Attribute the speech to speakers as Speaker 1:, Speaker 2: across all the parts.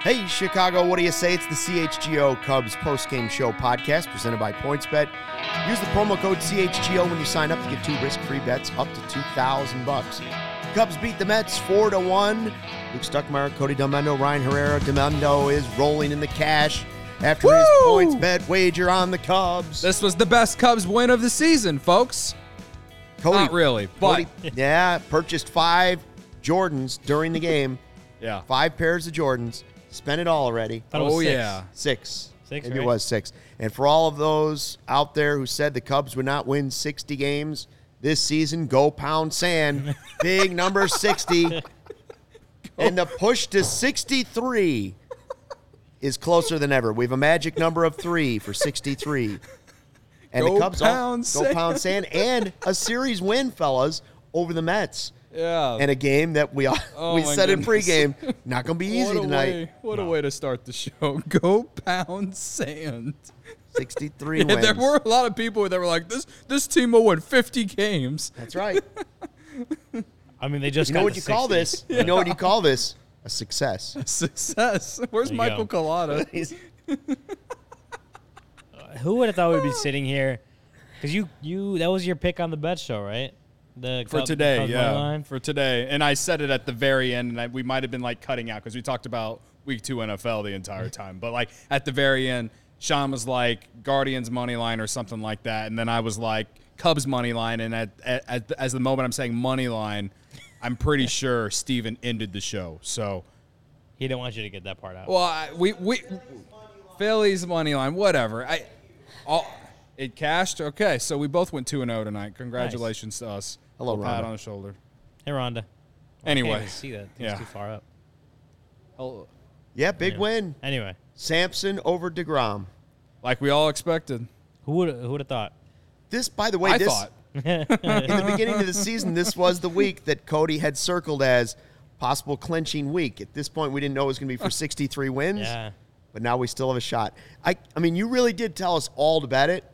Speaker 1: Hey, Chicago, what do you say? It's the CHGO Cubs post-game show podcast presented by PointsBet. Use the promo code CHGO when you sign up to get two risk-free bets up to 2000 bucks. Cubs beat the Mets 4 to 1. Luke Stuckmeyer, Cody Domendo, Ryan Herrera. Domendo is rolling in the cash after his PointsBet wager on the Cubs.
Speaker 2: This was the best Cubs win of the season, folks.
Speaker 1: Cody,
Speaker 2: Not really, but
Speaker 1: Cody, yeah, purchased five Jordans during the game.
Speaker 2: yeah.
Speaker 1: Five pairs of Jordans. Spent it all already.
Speaker 3: Thought it was
Speaker 2: Oh,
Speaker 3: six.
Speaker 2: yeah.
Speaker 1: Six.
Speaker 3: Six,
Speaker 1: Maybe it
Speaker 3: right?
Speaker 1: was six. And for all of those out there who said the Cubs would not win 60 games this season, go pound sand. Big number 60. and the push to 63 is closer than ever. We have a magic number of three for 63. And
Speaker 2: Go
Speaker 1: the Cubs all-
Speaker 2: pound
Speaker 1: go
Speaker 2: sand.
Speaker 1: pound sand and a series win, fellas, over the Mets.
Speaker 2: Yeah.
Speaker 1: And a game that we all
Speaker 2: Oh
Speaker 1: we
Speaker 2: my
Speaker 1: said
Speaker 2: goodness.
Speaker 1: in pregame, not going to be easy
Speaker 2: what a
Speaker 1: tonight.
Speaker 2: Way, what a way to start the show. Go pound sand.
Speaker 1: 63
Speaker 2: And
Speaker 1: wins.
Speaker 2: there were a lot of people that were like, this this team will win 50 games.
Speaker 1: That's right.
Speaker 3: I mean, they just
Speaker 1: You know
Speaker 3: got
Speaker 1: what
Speaker 3: to
Speaker 1: you call
Speaker 3: 60.
Speaker 1: this? You know what you call this? A success.
Speaker 2: Success. Where's
Speaker 3: There you
Speaker 2: Michael
Speaker 3: go.
Speaker 2: Collada?
Speaker 3: Who would have thought we'd be sitting here? Because you, you, that was your pick on the bet show, right? The
Speaker 2: For
Speaker 3: Cub-
Speaker 2: today,
Speaker 3: Cubs money
Speaker 2: yeah.
Speaker 3: line?
Speaker 2: For today. And I said it at the very end, and I, we might have been like cutting out because we talked about week two NFL the entire time. But like at the very end, Sean was like Guardians money line or something like that. And then I was like Cubs money line. And at, at, at as the moment I'm saying money line, I'm pretty sure Steven ended the show. So,
Speaker 3: he didn't want you to get that part out.
Speaker 2: well, I, we, we, Phillies money line, whatever. I, all, it cashed. Okay. So we both went 2 and 0 tonight. Congratulations to us.
Speaker 1: Hello,
Speaker 2: Pat
Speaker 1: Rhonda.
Speaker 2: on the shoulder.
Speaker 3: hey, Rhonda. Can't
Speaker 2: Anyway,
Speaker 3: even see that. It's
Speaker 2: yeah.
Speaker 3: too far up.
Speaker 1: Yeah, big win.
Speaker 3: Anyway,
Speaker 1: Sampson over Degrom.
Speaker 2: like we all expected.
Speaker 3: who would who would have thought?
Speaker 1: This, by the way,
Speaker 2: I
Speaker 1: this
Speaker 2: thought
Speaker 1: in the beginning of the season, this was the week that Cody had circled as possible clinching week. At this point, we didn't know it was going to be for 63 wins,
Speaker 3: Yeah.
Speaker 1: but now we still have a shot. I, I mean, you really did tell us all about it.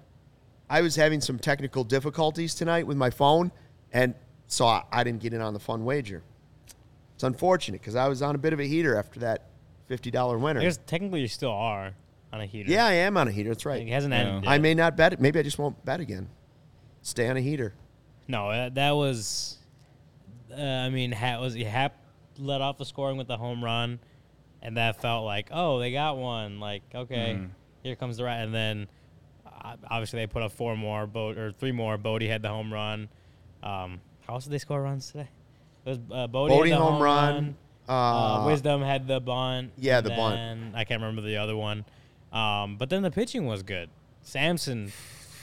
Speaker 1: I was having some technical difficulties tonight with my phone, and so I, I didn't get in on the fun wager. It's unfortunate because I was on a bit of a heater after that $50 winner.
Speaker 3: I guess technically you still are on a heater.
Speaker 1: Yeah, I am on a heater. That's right.
Speaker 3: It hasn't ended.
Speaker 1: I
Speaker 3: yet.
Speaker 1: may not bet. Maybe I just won't bet again. Stay on a heater.
Speaker 3: No, that, that was. Uh, I mean, Hap was Hap let off the scoring with the home run, and that felt like, oh, they got one. Like, okay,
Speaker 1: Mm-hmm.
Speaker 3: here comes the right. And then, uh, obviously, they put up four more, Bo- or three more. Bodie had the home run. Um, how else did they score runs today? It was uh, Bodie, had
Speaker 1: Bodie
Speaker 3: the
Speaker 1: home
Speaker 3: home
Speaker 1: run,
Speaker 3: run. uh,
Speaker 1: uh,
Speaker 3: Wisdom had the bunt.
Speaker 1: Yeah, the bunt.
Speaker 3: bunt. I can't remember the other one. Um, but then the pitching was good. Samson,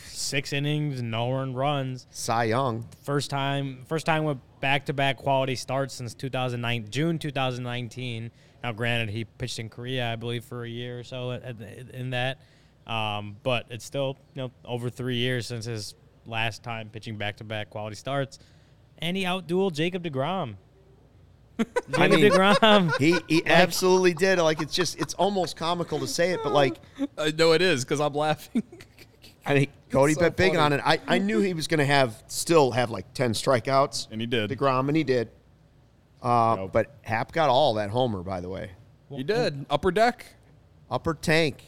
Speaker 3: six innings, no earned runs
Speaker 1: Cy Young.
Speaker 3: first time first time with back to back quality starts since 2009 June 2019. Now, granted, he pitched in Korea, I believe, for a year or so at- at the- in that, um, but it's still you know over three years since his last time pitching back to back quality starts, and he outdueled Jacob Degrom. Jacob
Speaker 1: I mean,
Speaker 3: Degrom.
Speaker 1: he, he absolutely did. Like it's just it's almost comical to say it, but like
Speaker 2: I know Uh, it is because I'm laughing.
Speaker 1: I mean Cody
Speaker 2: so
Speaker 1: bet big
Speaker 2: funny.
Speaker 1: on it. I, I knew he was going to have still have like ten strikeouts,
Speaker 2: And he did.
Speaker 1: Degrom, and he did. Uh,
Speaker 2: Yep.
Speaker 1: But Hap got all that homer, by the way.
Speaker 2: you did upper deck.
Speaker 1: Upper tank.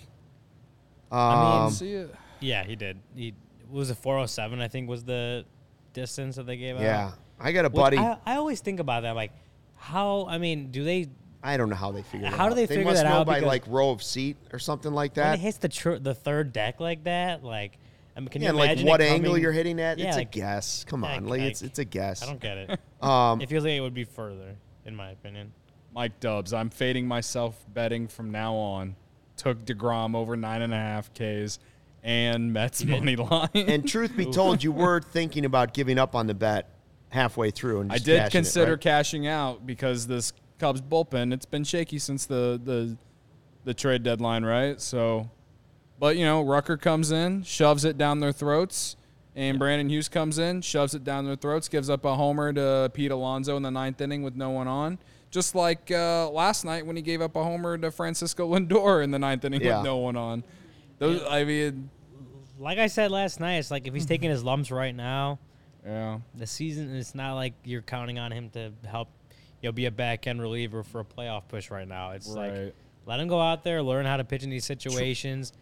Speaker 3: I mean,
Speaker 2: See it.
Speaker 3: oh
Speaker 2: Uh,
Speaker 3: yeah, he did. He it was a 407, I think, was the distance that they gave out.
Speaker 1: Yeah. I got a
Speaker 3: Which
Speaker 1: buddy.
Speaker 3: I, I always think about that. Like, how? I mean, do they?
Speaker 1: I don't know how they figure. it
Speaker 3: How do
Speaker 1: out.
Speaker 3: they figure
Speaker 1: must
Speaker 3: that
Speaker 1: know
Speaker 3: out?
Speaker 1: By
Speaker 3: Because-
Speaker 1: like row of seat or something like
Speaker 3: When
Speaker 1: that.
Speaker 3: it hits the tr- the third deck like that, like, I mean, can
Speaker 1: Yeah,
Speaker 3: you
Speaker 1: like
Speaker 3: imagine
Speaker 1: what
Speaker 3: it
Speaker 1: angle
Speaker 3: coming-
Speaker 1: you're hitting at?
Speaker 3: Yeah,
Speaker 1: it's
Speaker 3: like,
Speaker 1: a guess. Come
Speaker 3: like-
Speaker 1: on, like, it's
Speaker 3: like,
Speaker 1: it's a guess.
Speaker 3: I don't get it.
Speaker 1: Um,
Speaker 3: it feels like it would be further, in my opinion.
Speaker 2: Mike Dubs, I'm fading myself betting from now on. Took DeGrom over nine and a half Ks and Mets money line.
Speaker 1: and truth be told, you were thinking about giving up on the bet halfway through, and
Speaker 2: I
Speaker 1: just
Speaker 2: did
Speaker 1: cashing It,
Speaker 2: consider
Speaker 1: right?
Speaker 2: cashing out because this Cubs bullpen it's been shaky since the the the trade deadline, right? So, but you know, Rucker comes in, shoves it down their throats, and Brandon Hughes comes in, shoves it down their throats, gives up a homer to Pete Alonso in the ninth inning with no one on. Just like uh, last night when he gave up a homer to Francisco Lindor in the ninth inning
Speaker 1: Yeah.
Speaker 2: with no one on. Those, I mean,
Speaker 3: Like I said last night, it's like if he's taking his lumps right now,
Speaker 2: yeah.
Speaker 3: the season it's not like you're counting on him to help you know be a back end reliever for a playoff push right now it's
Speaker 2: Right.
Speaker 3: like let him go out there learn how to pitch in these situations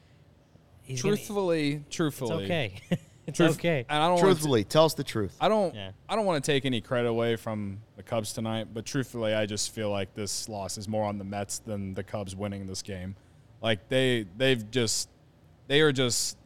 Speaker 3: He's gonna-
Speaker 2: Truthfully,
Speaker 3: it's
Speaker 2: truthfully,
Speaker 3: okay it's
Speaker 2: Truth-
Speaker 3: okay
Speaker 2: And I don't want to
Speaker 1: Truthfully, tell us the truth.
Speaker 2: I don't
Speaker 3: Yeah.
Speaker 2: I don't want to take any credit away from the Cubs tonight, but truthfully, I just feel like this loss is more on the Mets than the Cubs winning this game. Like they they've just they are just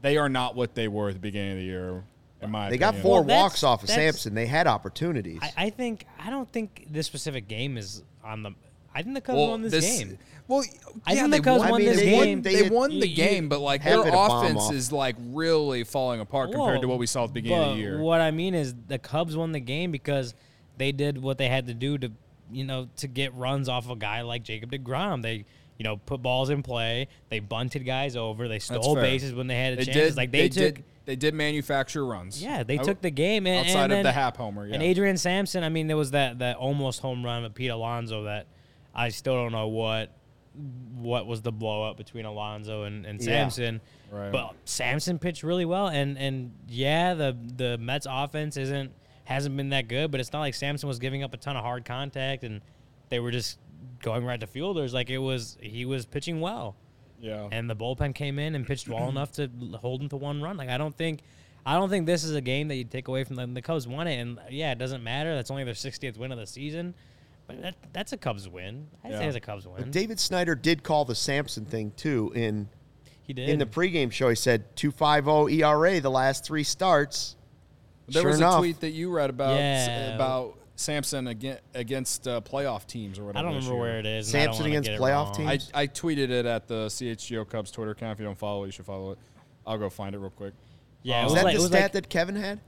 Speaker 2: they are not what they were at the beginning of the year. In my
Speaker 1: They got
Speaker 2: opinion.
Speaker 1: four
Speaker 3: Well, that's-
Speaker 1: walks off of
Speaker 3: that's-
Speaker 1: Sampson. They had opportunities.
Speaker 3: I, I think i don't think this specific game is on the i think the cubs
Speaker 2: Well,
Speaker 3: won this, game
Speaker 2: Well,
Speaker 3: I
Speaker 2: yeah,
Speaker 3: think
Speaker 2: they
Speaker 3: the Cubs
Speaker 2: won,
Speaker 3: won
Speaker 2: I mean,
Speaker 3: this
Speaker 2: they won-
Speaker 3: game.
Speaker 2: They,
Speaker 1: They-
Speaker 2: won the
Speaker 3: you-
Speaker 2: game, but like
Speaker 1: Had
Speaker 2: their
Speaker 1: a bit of bomb
Speaker 2: offense
Speaker 1: off.
Speaker 2: is like really falling apart compared to
Speaker 3: Whoa,
Speaker 2: what we saw at the beginning of
Speaker 3: but
Speaker 2: the year.
Speaker 3: what i mean is the cubs won the game because they did what they had to do to you know to get runs off a guy like jacob deGrom. they you know, put balls in play. They bunted guys over. They stole
Speaker 2: fair.
Speaker 3: bases when they had a
Speaker 2: They
Speaker 3: chance.
Speaker 2: did
Speaker 3: like they, took,
Speaker 2: did they did manufacture runs.
Speaker 3: Yeah, they
Speaker 2: I-
Speaker 3: took the game and,
Speaker 2: Oh, outside
Speaker 3: and
Speaker 2: of
Speaker 3: then-
Speaker 2: the Hap homer. Yeah.
Speaker 3: And Adrian Sampson, I mean, there was that that almost home run of Pete Alonso that I still don't know what what was the blow up between Alonso and, and
Speaker 1: Yeah.
Speaker 3: Sampson.
Speaker 2: Right.
Speaker 3: But Sampson pitched really well, and and yeah, the the Mets offense isn't hasn't been that good, but it's not like Sampson was giving up a ton of hard contact, and they were just going right to fielders. Like it was, he was pitching well
Speaker 2: yeah.
Speaker 3: and the bullpen came in and pitched well enough to l- hold them to one run. Like I don't think, I don't think this is a game that you take away from them. The Cubs won it, and yeah, it doesn't matter. That's only their 60th win of the season, but that, that's a Cubs win. I'd
Speaker 2: Yeah.
Speaker 3: say it's a Cubs win.
Speaker 1: David Snyder did call the Sampson thing too in
Speaker 3: he did.
Speaker 1: in the pregame show. He said 2.50 ERA E the last three starts.
Speaker 2: There
Speaker 1: sure
Speaker 2: was
Speaker 1: enough,
Speaker 2: a tweet that you read about
Speaker 3: Yeah.
Speaker 2: about Samson against, against uh, playoff teams or
Speaker 3: I
Speaker 2: whatever.
Speaker 3: don't
Speaker 2: this
Speaker 3: remember
Speaker 2: year.
Speaker 3: where it is. and I don't
Speaker 1: Sampson
Speaker 3: wanna
Speaker 1: against
Speaker 3: get it
Speaker 1: playoff
Speaker 3: wrong.
Speaker 1: team?
Speaker 2: I, I tweeted it at the CHGO Cubs Twitter account. If you don't follow, it, you should follow it. I'll go find it real quick.
Speaker 3: Yeah, it
Speaker 1: Oh, Is
Speaker 3: was
Speaker 1: that
Speaker 3: like, it
Speaker 1: the
Speaker 3: was
Speaker 1: stat
Speaker 3: like-
Speaker 1: that Kevin had?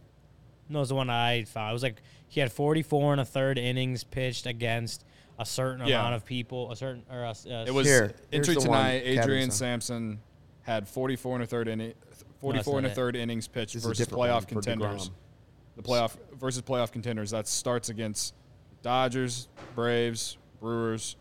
Speaker 3: No, it's the one I found. It was like he had 44 and a third innings pitched against a certain
Speaker 2: Yeah.
Speaker 3: amount of people, a certain or a, s- a
Speaker 2: It was
Speaker 1: Here, here's
Speaker 2: entry
Speaker 1: the one,
Speaker 2: tonight. Adrian
Speaker 1: Kevin said.
Speaker 2: Sampson had 44 and a third inning, 44 and a
Speaker 3: not it.
Speaker 2: third innings pitched
Speaker 1: This is a
Speaker 2: versus
Speaker 1: different one
Speaker 2: playoff
Speaker 1: for
Speaker 2: contenders.
Speaker 1: DeGrom.
Speaker 2: The playoff versus playoff contenders. That starts against Dodgers, Braves, Brewers,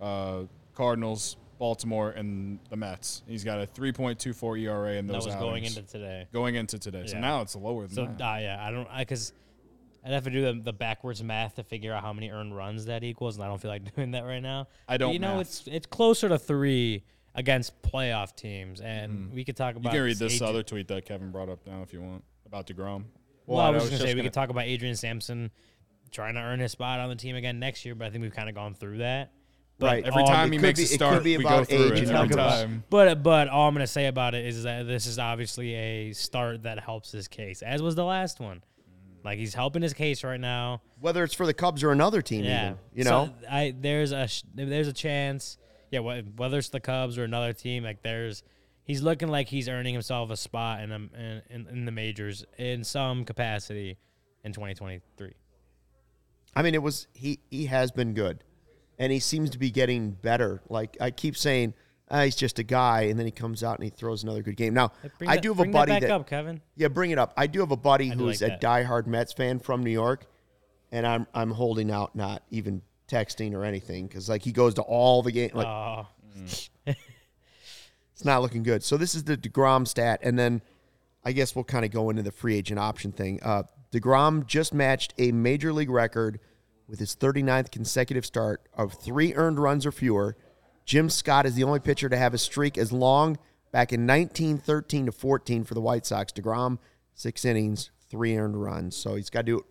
Speaker 2: uh, Cardinals, Baltimore, and the Mets. He's got a 3.24 ERA E in
Speaker 3: that
Speaker 2: those
Speaker 3: was
Speaker 2: outings.
Speaker 3: going into today.
Speaker 2: going into today. So
Speaker 3: Yeah.
Speaker 2: now it's lower than
Speaker 3: So
Speaker 2: that.
Speaker 3: uh, yeah, I don't because I'd have to do the, the backwards math to figure out how many earned runs that equals, and I don't feel like doing that right now.
Speaker 2: I don't
Speaker 3: But, you know,
Speaker 2: math.
Speaker 3: it's it's closer to three against playoff teams, and we could
Speaker 2: Mm-hmm.
Speaker 3: talk
Speaker 2: you
Speaker 3: about.
Speaker 2: can read this
Speaker 3: Adrian-
Speaker 2: other tweet that Kevin brought up now if you want about Degrom.
Speaker 3: Well,
Speaker 1: Well,
Speaker 3: I
Speaker 1: I
Speaker 3: was,
Speaker 1: was
Speaker 3: just gonna
Speaker 1: just
Speaker 3: say we
Speaker 1: gonna-
Speaker 3: could talk about Adrian Sampson trying to earn his spot on the team again next year, but I think we've kind of gone through that. But
Speaker 1: Right. Um,
Speaker 2: Every
Speaker 3: all-
Speaker 2: time
Speaker 1: Oh, it
Speaker 2: he
Speaker 1: could
Speaker 2: makes
Speaker 1: be-
Speaker 2: a
Speaker 1: it could
Speaker 2: start,
Speaker 1: be
Speaker 2: we go
Speaker 1: about
Speaker 2: through
Speaker 1: age
Speaker 2: it
Speaker 1: and
Speaker 2: every
Speaker 1: numbers.
Speaker 2: time.
Speaker 3: But but all I'm gonna say about it is that this is obviously a start that helps his case, as was the last one.
Speaker 2: Mm.
Speaker 3: Like he's helping his case right now.
Speaker 1: Whether it's for the Cubs or another team, even you
Speaker 3: So,
Speaker 1: know.
Speaker 3: I there's a sh- there's a chance. Yeah, wh- whether it's the Cubs or another team, like there's he's looking like he's earning himself a spot in um, in, in, in the majors in some capacity in 2023.
Speaker 1: I mean, it was he. He has been good, and he seems to be getting better. Like I keep saying, ah, he's just a guy, and then he comes out and he throws another good game. Now
Speaker 3: Bring
Speaker 1: I
Speaker 3: that-
Speaker 1: do have a
Speaker 3: bring
Speaker 1: buddy
Speaker 3: that
Speaker 1: that,
Speaker 3: back up, Kevin.
Speaker 1: yeah, bring it up. I do have a buddy
Speaker 3: do
Speaker 1: who's
Speaker 3: like
Speaker 1: a
Speaker 3: that.
Speaker 1: diehard Mets fan from New York, and I'm I'm holding out, not even texting or anything, because like he goes to all the game. Like
Speaker 3: Oh,
Speaker 1: it's not looking good. So this is the Degrom stat, and then I guess we'll kind of go into the free agent option thing. Uh, Degrom just matched a major league record with his 39th consecutive start of three earned runs or fewer. Jim Scott is the only pitcher to have a streak as long back in 1913 to 14 for the White Sox. Degrom six innings, three earned runs. So he's got to do it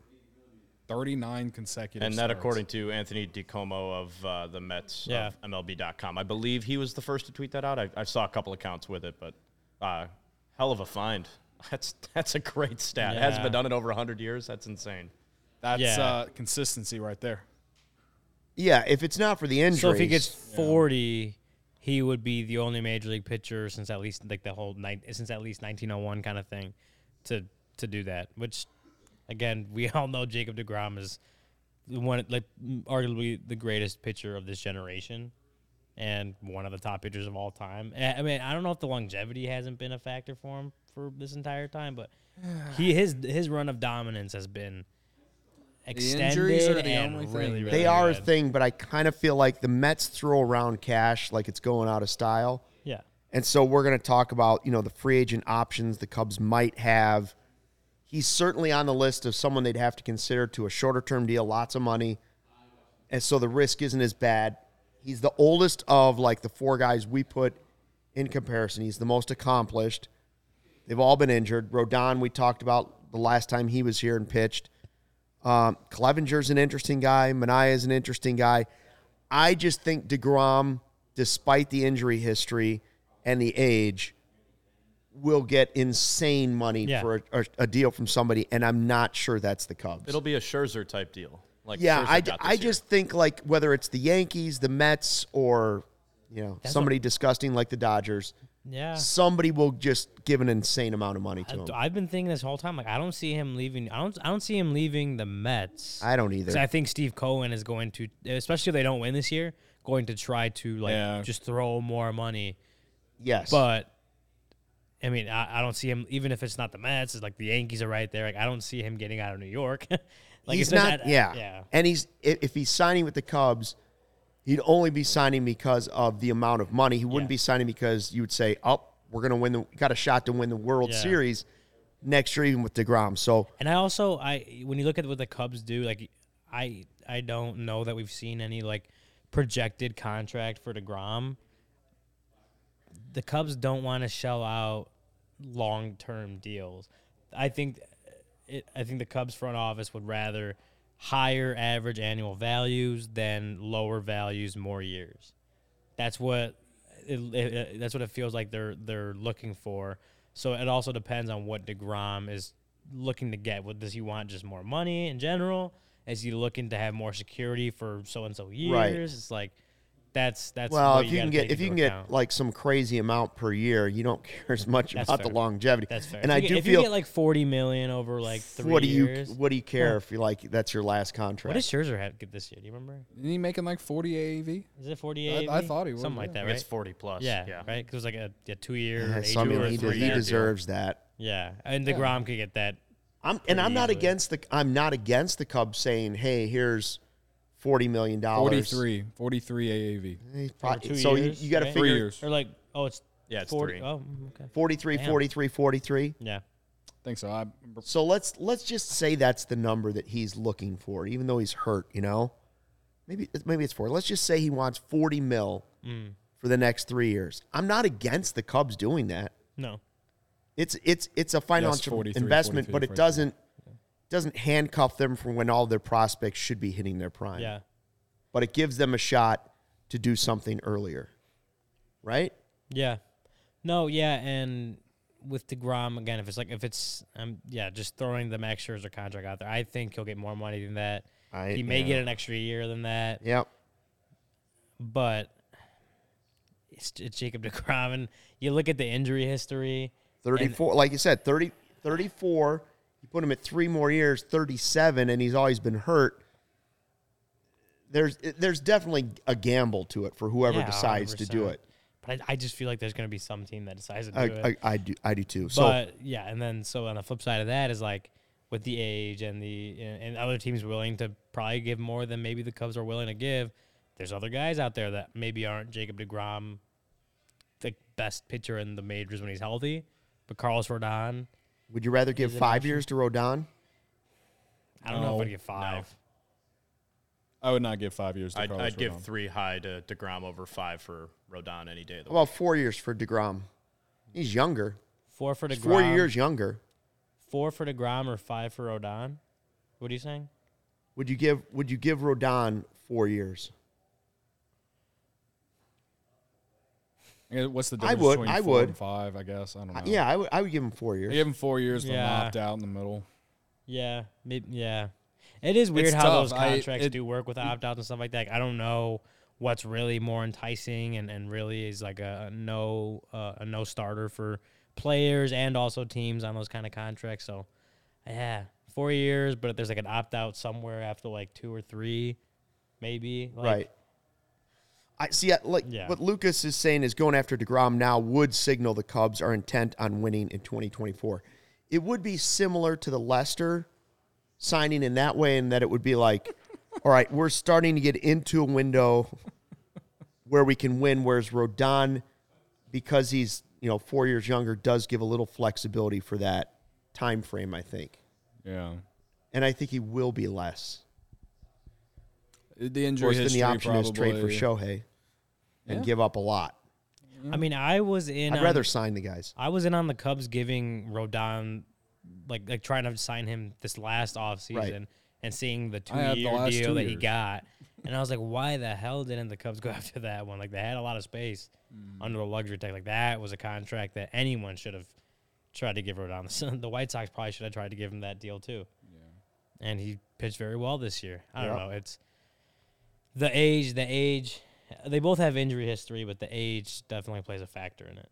Speaker 2: 39 consecutive.
Speaker 4: And that,
Speaker 2: starts.
Speaker 4: according to Anthony DiComo of uh, the Mets
Speaker 3: Yeah.
Speaker 4: of MLB.com, I believe he was the first to tweet that out. I, I saw a couple accounts with it, but uh, hell of a find. That's that's a great stat. It hasn't
Speaker 3: Yeah.
Speaker 4: been done in over hundred years. That's insane.
Speaker 2: that's
Speaker 3: Yeah.
Speaker 2: uh, consistency right there.
Speaker 1: Yeah, if it's not for the injuries.
Speaker 3: So if he gets 40, he would be the only major league pitcher since at least like the whole night since at least 1901 kind of thing to to do that. Which again, we all know Jacob DeGrom is one like arguably the greatest pitcher of this generation and one of the top pitchers of all time. And, I mean, I don't know if the longevity hasn't been a factor for him for this entire time, but he his his run of dominance has been extended
Speaker 2: injuries are the
Speaker 3: and
Speaker 2: only thing.
Speaker 3: really, really
Speaker 1: they are a
Speaker 3: good.
Speaker 1: thing, but I kind of feel like the Mets throw around cash like it's going out of style.
Speaker 3: yeah.
Speaker 1: And so we're going to talk about, you know, the free agent options the Cubs might have. He's certainly on the list of someone they'd have to consider to a shorter term deal, lots of money. And so the risk isn't as bad. He's the oldest of like the four guys we put in comparison. He's the most accomplished. They've all been injured. Rodon, we talked about the last time he was here and pitched. Um, Clevenger's an interesting guy. Manaya's an interesting guy. I just think DeGrom, despite the injury history and the age, will get insane money
Speaker 3: Yeah.
Speaker 1: for a, a, a deal from somebody, and I'm not sure that's the Cubs.
Speaker 4: It'll be a Scherzer type deal. Like
Speaker 1: yeah,
Speaker 4: Scherzer
Speaker 1: I,
Speaker 4: got this
Speaker 1: I
Speaker 4: year.
Speaker 1: just think like whether it's the Yankees, the Mets, or you know somebody disgusting like the Dodgers,
Speaker 3: Yeah.
Speaker 1: somebody will just give an insane amount of money to him.
Speaker 3: I, have been thinking this whole time. Like, I don't see him leaving. I don't. I don't see him leaving the Mets.
Speaker 1: I don't either.
Speaker 3: 'Cause I think Steve Cohen is going to, especially if they don't win this year, going to try to like
Speaker 2: Yeah.
Speaker 3: just throw more money.
Speaker 1: yes,
Speaker 3: But I mean, I, I don't see him. Even if it's not the Mets, it's like the Yankees are right there. Like, I don't see him getting out of New York. like,
Speaker 1: he's
Speaker 3: it's been-
Speaker 1: not.
Speaker 3: I-
Speaker 1: yeah.
Speaker 3: Yeah.
Speaker 1: and he's i- if he's signing with the Cubs, he'd only be signing because of the amount of money. He wouldn't be signing because you would say, "Oh, we're gonna win the got a shot to win the World
Speaker 3: Yeah.
Speaker 1: Series next year, even with Degrom." So
Speaker 3: And I also I when you look at what the Cubs do, like I I don't know that we've seen any like projected contract for Degrom. The Cubs don't want to shell out long term deals. I think it, I think the Cubs front office would rather higher average annual values than lower values more years. That's what it, it- it- that's what it feels like they're they're looking for. So it also depends on what Degrom is looking to get. What does he want? Just more money in general? Is he looking to have more security for so and so years?
Speaker 1: Right.
Speaker 3: It's like that's that's
Speaker 1: Well,
Speaker 3: what
Speaker 1: if you can
Speaker 3: gotta
Speaker 1: get
Speaker 3: take
Speaker 1: if you
Speaker 3: into
Speaker 1: can get
Speaker 3: account.
Speaker 1: like some crazy amount per year, you don't care as much
Speaker 3: That's
Speaker 1: about the
Speaker 3: fair.
Speaker 1: longevity.
Speaker 3: that's fair.
Speaker 1: And
Speaker 3: If
Speaker 1: I
Speaker 3: you get-
Speaker 1: do
Speaker 3: if
Speaker 1: feel
Speaker 3: you get like forty million over like three
Speaker 1: what do you
Speaker 3: years.
Speaker 1: what do you care if you like that's your last contract?
Speaker 3: what does Scherzer have get this year? Do you remember?
Speaker 2: Isn't he making like 40 AAV?
Speaker 3: Is it 48?
Speaker 2: I- I thought he was,
Speaker 3: Something like
Speaker 2: yeah.
Speaker 3: that,
Speaker 4: it's
Speaker 3: right?
Speaker 4: forty plus.
Speaker 3: Yeah, right? 'Cause right? Because it was like a, a two year,
Speaker 1: Yeah,
Speaker 3: yeah,
Speaker 1: so, I mean, he, de-
Speaker 3: three
Speaker 1: he
Speaker 3: year.
Speaker 1: deserves that.
Speaker 3: Yeah, and Degrom could get that.
Speaker 1: I'm and I'm not against the I'm not against the Cubs saying, "Hey, here's forty million dollars."
Speaker 2: 43, 43 AAV.
Speaker 3: two
Speaker 1: So
Speaker 3: years,
Speaker 1: you, you got to
Speaker 3: right?
Speaker 2: Three
Speaker 1: figure
Speaker 2: years.
Speaker 3: Or like, oh, it's
Speaker 4: Yeah, it's
Speaker 3: 40.
Speaker 4: three.
Speaker 3: Oh, mm, okay.
Speaker 1: 43,
Speaker 3: Damn.
Speaker 1: 43, 43.
Speaker 3: Yeah,
Speaker 2: think so. I,
Speaker 1: So let's let's just say that's the number that he's looking for, even though he's hurt. You know, maybe maybe it's four. Let's just say he wants forty mil for the next three years. I'm not against the Cubs doing that.
Speaker 3: no,
Speaker 1: It's it's it's a financial
Speaker 2: 43,
Speaker 1: investment, but
Speaker 2: 43.
Speaker 1: it doesn't doesn't handcuff them from when all their prospects should be hitting their prime.
Speaker 3: yeah,
Speaker 1: But it gives them a shot to do something earlier, right?
Speaker 3: yeah, no, yeah, and with Degrom again, if it's like if it's um yeah, just throwing the Max Scherzer contract out there, I think he'll get more money than that.
Speaker 1: I-
Speaker 3: he may
Speaker 1: yeah.
Speaker 3: get an extra year than that.
Speaker 1: Yep.
Speaker 3: but it's, it's Jacob DeGrom, and you look at the injury history.
Speaker 1: 34 like you said 30 34 you put him at three more years 37 and he's always been hurt there's there's definitely a gamble to it for whoever
Speaker 3: Yeah,
Speaker 1: decides to do
Speaker 3: 100%.
Speaker 1: it
Speaker 3: But I, I just feel like there's going to be some team that decides to do
Speaker 1: I,
Speaker 3: it.
Speaker 1: I, I do i do too so
Speaker 3: but yeah, and then so on the flip side of that is like with the age and the and other teams willing to probably give more than maybe the Cubs are willing to give. There's other guys out there that maybe aren't Jacob Degrom, the best pitcher in the majors when he's healthy, but Carlos Rodon.
Speaker 1: would you rather give five years to rodon
Speaker 3: I don't know if
Speaker 2: No.
Speaker 3: I'd get five.
Speaker 2: I would not give five years to
Speaker 4: I'd,
Speaker 2: Carlos
Speaker 4: I'd give
Speaker 2: Rodon.
Speaker 4: three high to Degrom over five for Rodon any day of the
Speaker 1: How
Speaker 4: week.
Speaker 1: about four years for DeGrom? he's younger
Speaker 3: Four for Degrom.
Speaker 1: four years younger
Speaker 3: four for Degrom or five for Rodon? What are you saying?
Speaker 1: Would you give Would you give Rodon four years?
Speaker 2: Yeah, What's the
Speaker 1: I
Speaker 2: difference
Speaker 1: would,
Speaker 2: between
Speaker 1: I
Speaker 2: four
Speaker 1: would.
Speaker 2: and five? I guess I don't know.
Speaker 1: I- yeah, I would. I would give him four years.
Speaker 2: I give him four years, but
Speaker 3: Yeah.
Speaker 2: I'm opt out in the middle.
Speaker 3: Yeah, maybe, yeah. It is weird
Speaker 2: It's
Speaker 3: how
Speaker 2: tough.
Speaker 3: those
Speaker 2: I-
Speaker 3: contracts
Speaker 2: it-
Speaker 3: do work with opt outs and stuff like that. I don't know what's really more enticing and, and really is like a no uh, a no starter for players and also teams on those kind of contracts. So yeah, four years, but if there's like an opt out somewhere after like two or three, maybe like,
Speaker 1: right. I see. I- Like
Speaker 3: Yeah.
Speaker 1: what Lucas is saying is going after Degrom now would signal the Cubs are intent on winning in 2024. It would be similar to the Lester signing in that way, in that it would be like, all right, we're starting to get into a window where we can win. Whereas Rodon, because he's you know four years younger, does give a little flexibility for that time frame. I think,
Speaker 2: Yeah,
Speaker 1: and I think he will be less.
Speaker 2: the injury
Speaker 1: Worse than
Speaker 2: history
Speaker 1: the option
Speaker 2: probably.
Speaker 1: is trade for Shohei and give up a lot.
Speaker 3: I mean, I was in.
Speaker 1: I'd
Speaker 3: on-
Speaker 1: rather sign the guys.
Speaker 3: I was in on the Cubs giving Rodon, like like trying to sign him this last offseason
Speaker 1: Right.
Speaker 3: and seeing the two
Speaker 2: had the
Speaker 3: year
Speaker 2: last
Speaker 3: deal
Speaker 2: two
Speaker 3: that he
Speaker 2: years.
Speaker 3: got, and I was like, why the hell didn't the Cubs go after that one? Like they had a lot of space
Speaker 2: Mm.
Speaker 3: under the luxury tag. Like that was a contract that anyone should have tried to give Rodon. the White Sox probably should have tried to give him that deal too. And he pitched very well this year. I don't
Speaker 1: Yeah.
Speaker 3: know. It's the age. The age. They both have injury history, but the age definitely plays a factor in it.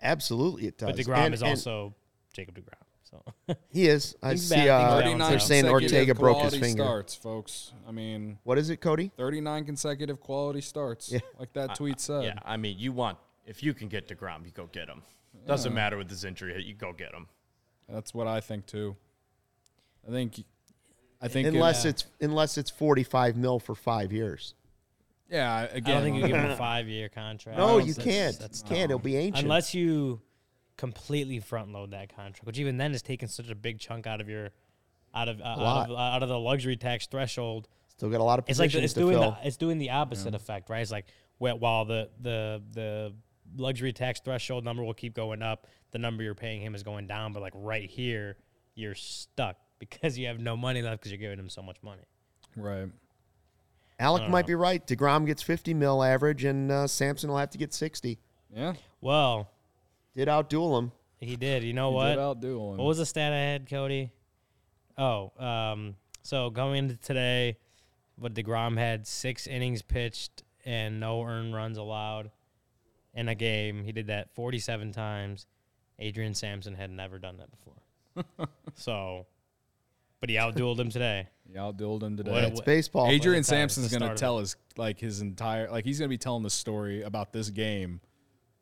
Speaker 1: Absolutely, it does.
Speaker 3: But DeGrom
Speaker 1: And-
Speaker 3: is
Speaker 1: and
Speaker 3: also Jacob DeGrom. So
Speaker 1: he is. I
Speaker 3: He's
Speaker 1: see.
Speaker 3: batting
Speaker 1: Uh,
Speaker 3: down
Speaker 1: they're
Speaker 3: now.
Speaker 1: saying Ortega
Speaker 2: consecutive
Speaker 1: broke his
Speaker 2: quality
Speaker 1: finger.
Speaker 2: Starts, folks. I mean,
Speaker 1: What is it, Cody?
Speaker 2: 39 consecutive quality starts.
Speaker 1: Yeah.
Speaker 2: Like that tweet said.
Speaker 4: Yeah, I mean, you want if you can get Degrom, you go get him. Doesn't matter with his injury, you go get him.
Speaker 2: That's what I think too. I think I think
Speaker 3: uh,
Speaker 2: it-
Speaker 1: Unless it's unless it's forty-five mil for five years.
Speaker 2: yeah,
Speaker 3: I
Speaker 2: again.
Speaker 3: don't think you give him a five year contract.
Speaker 1: No,
Speaker 3: Oh, That's-
Speaker 1: you
Speaker 3: that's-
Speaker 1: can't.
Speaker 3: that's
Speaker 1: you can't. It'll be ancient.
Speaker 3: unless you completely front load that contract, which even then is taking such a big chunk out of your out of uh, out
Speaker 1: lot.
Speaker 3: of, uh, out of the luxury tax threshold.
Speaker 1: still got a lot of
Speaker 3: It's
Speaker 1: positions
Speaker 3: like the- it's
Speaker 1: to
Speaker 3: doing
Speaker 1: fill.
Speaker 3: the, it's doing the opposite effect, right? It's like wh- while the the the luxury tax threshold number will keep going up, the number you're paying him is going down, but like right here you're stuck because you have no money left because you're giving him so much money.
Speaker 2: right.
Speaker 1: Alec might be right. Degrom gets fifty mil average, and uh, Sampson will have to get sixty.
Speaker 2: Yeah.
Speaker 3: Well,
Speaker 1: Did outduel him.
Speaker 3: He did. You know
Speaker 2: He
Speaker 3: what?
Speaker 2: did outdo him.
Speaker 3: What was the stat I had, Cody? Oh, um, so going into today, but Degrom had six innings pitched and no earned runs allowed in a game. He did that 47 times. Adrian Sampson had never done that before. so, but he outdueled him today.
Speaker 2: He outdueled him today.
Speaker 3: What-
Speaker 1: It's baseball.
Speaker 2: Adrian
Speaker 3: It's the
Speaker 2: Sampson's
Speaker 3: start
Speaker 2: going
Speaker 3: of
Speaker 2: to
Speaker 3: it.
Speaker 2: tell his like his entire like he's going to be telling the story about this game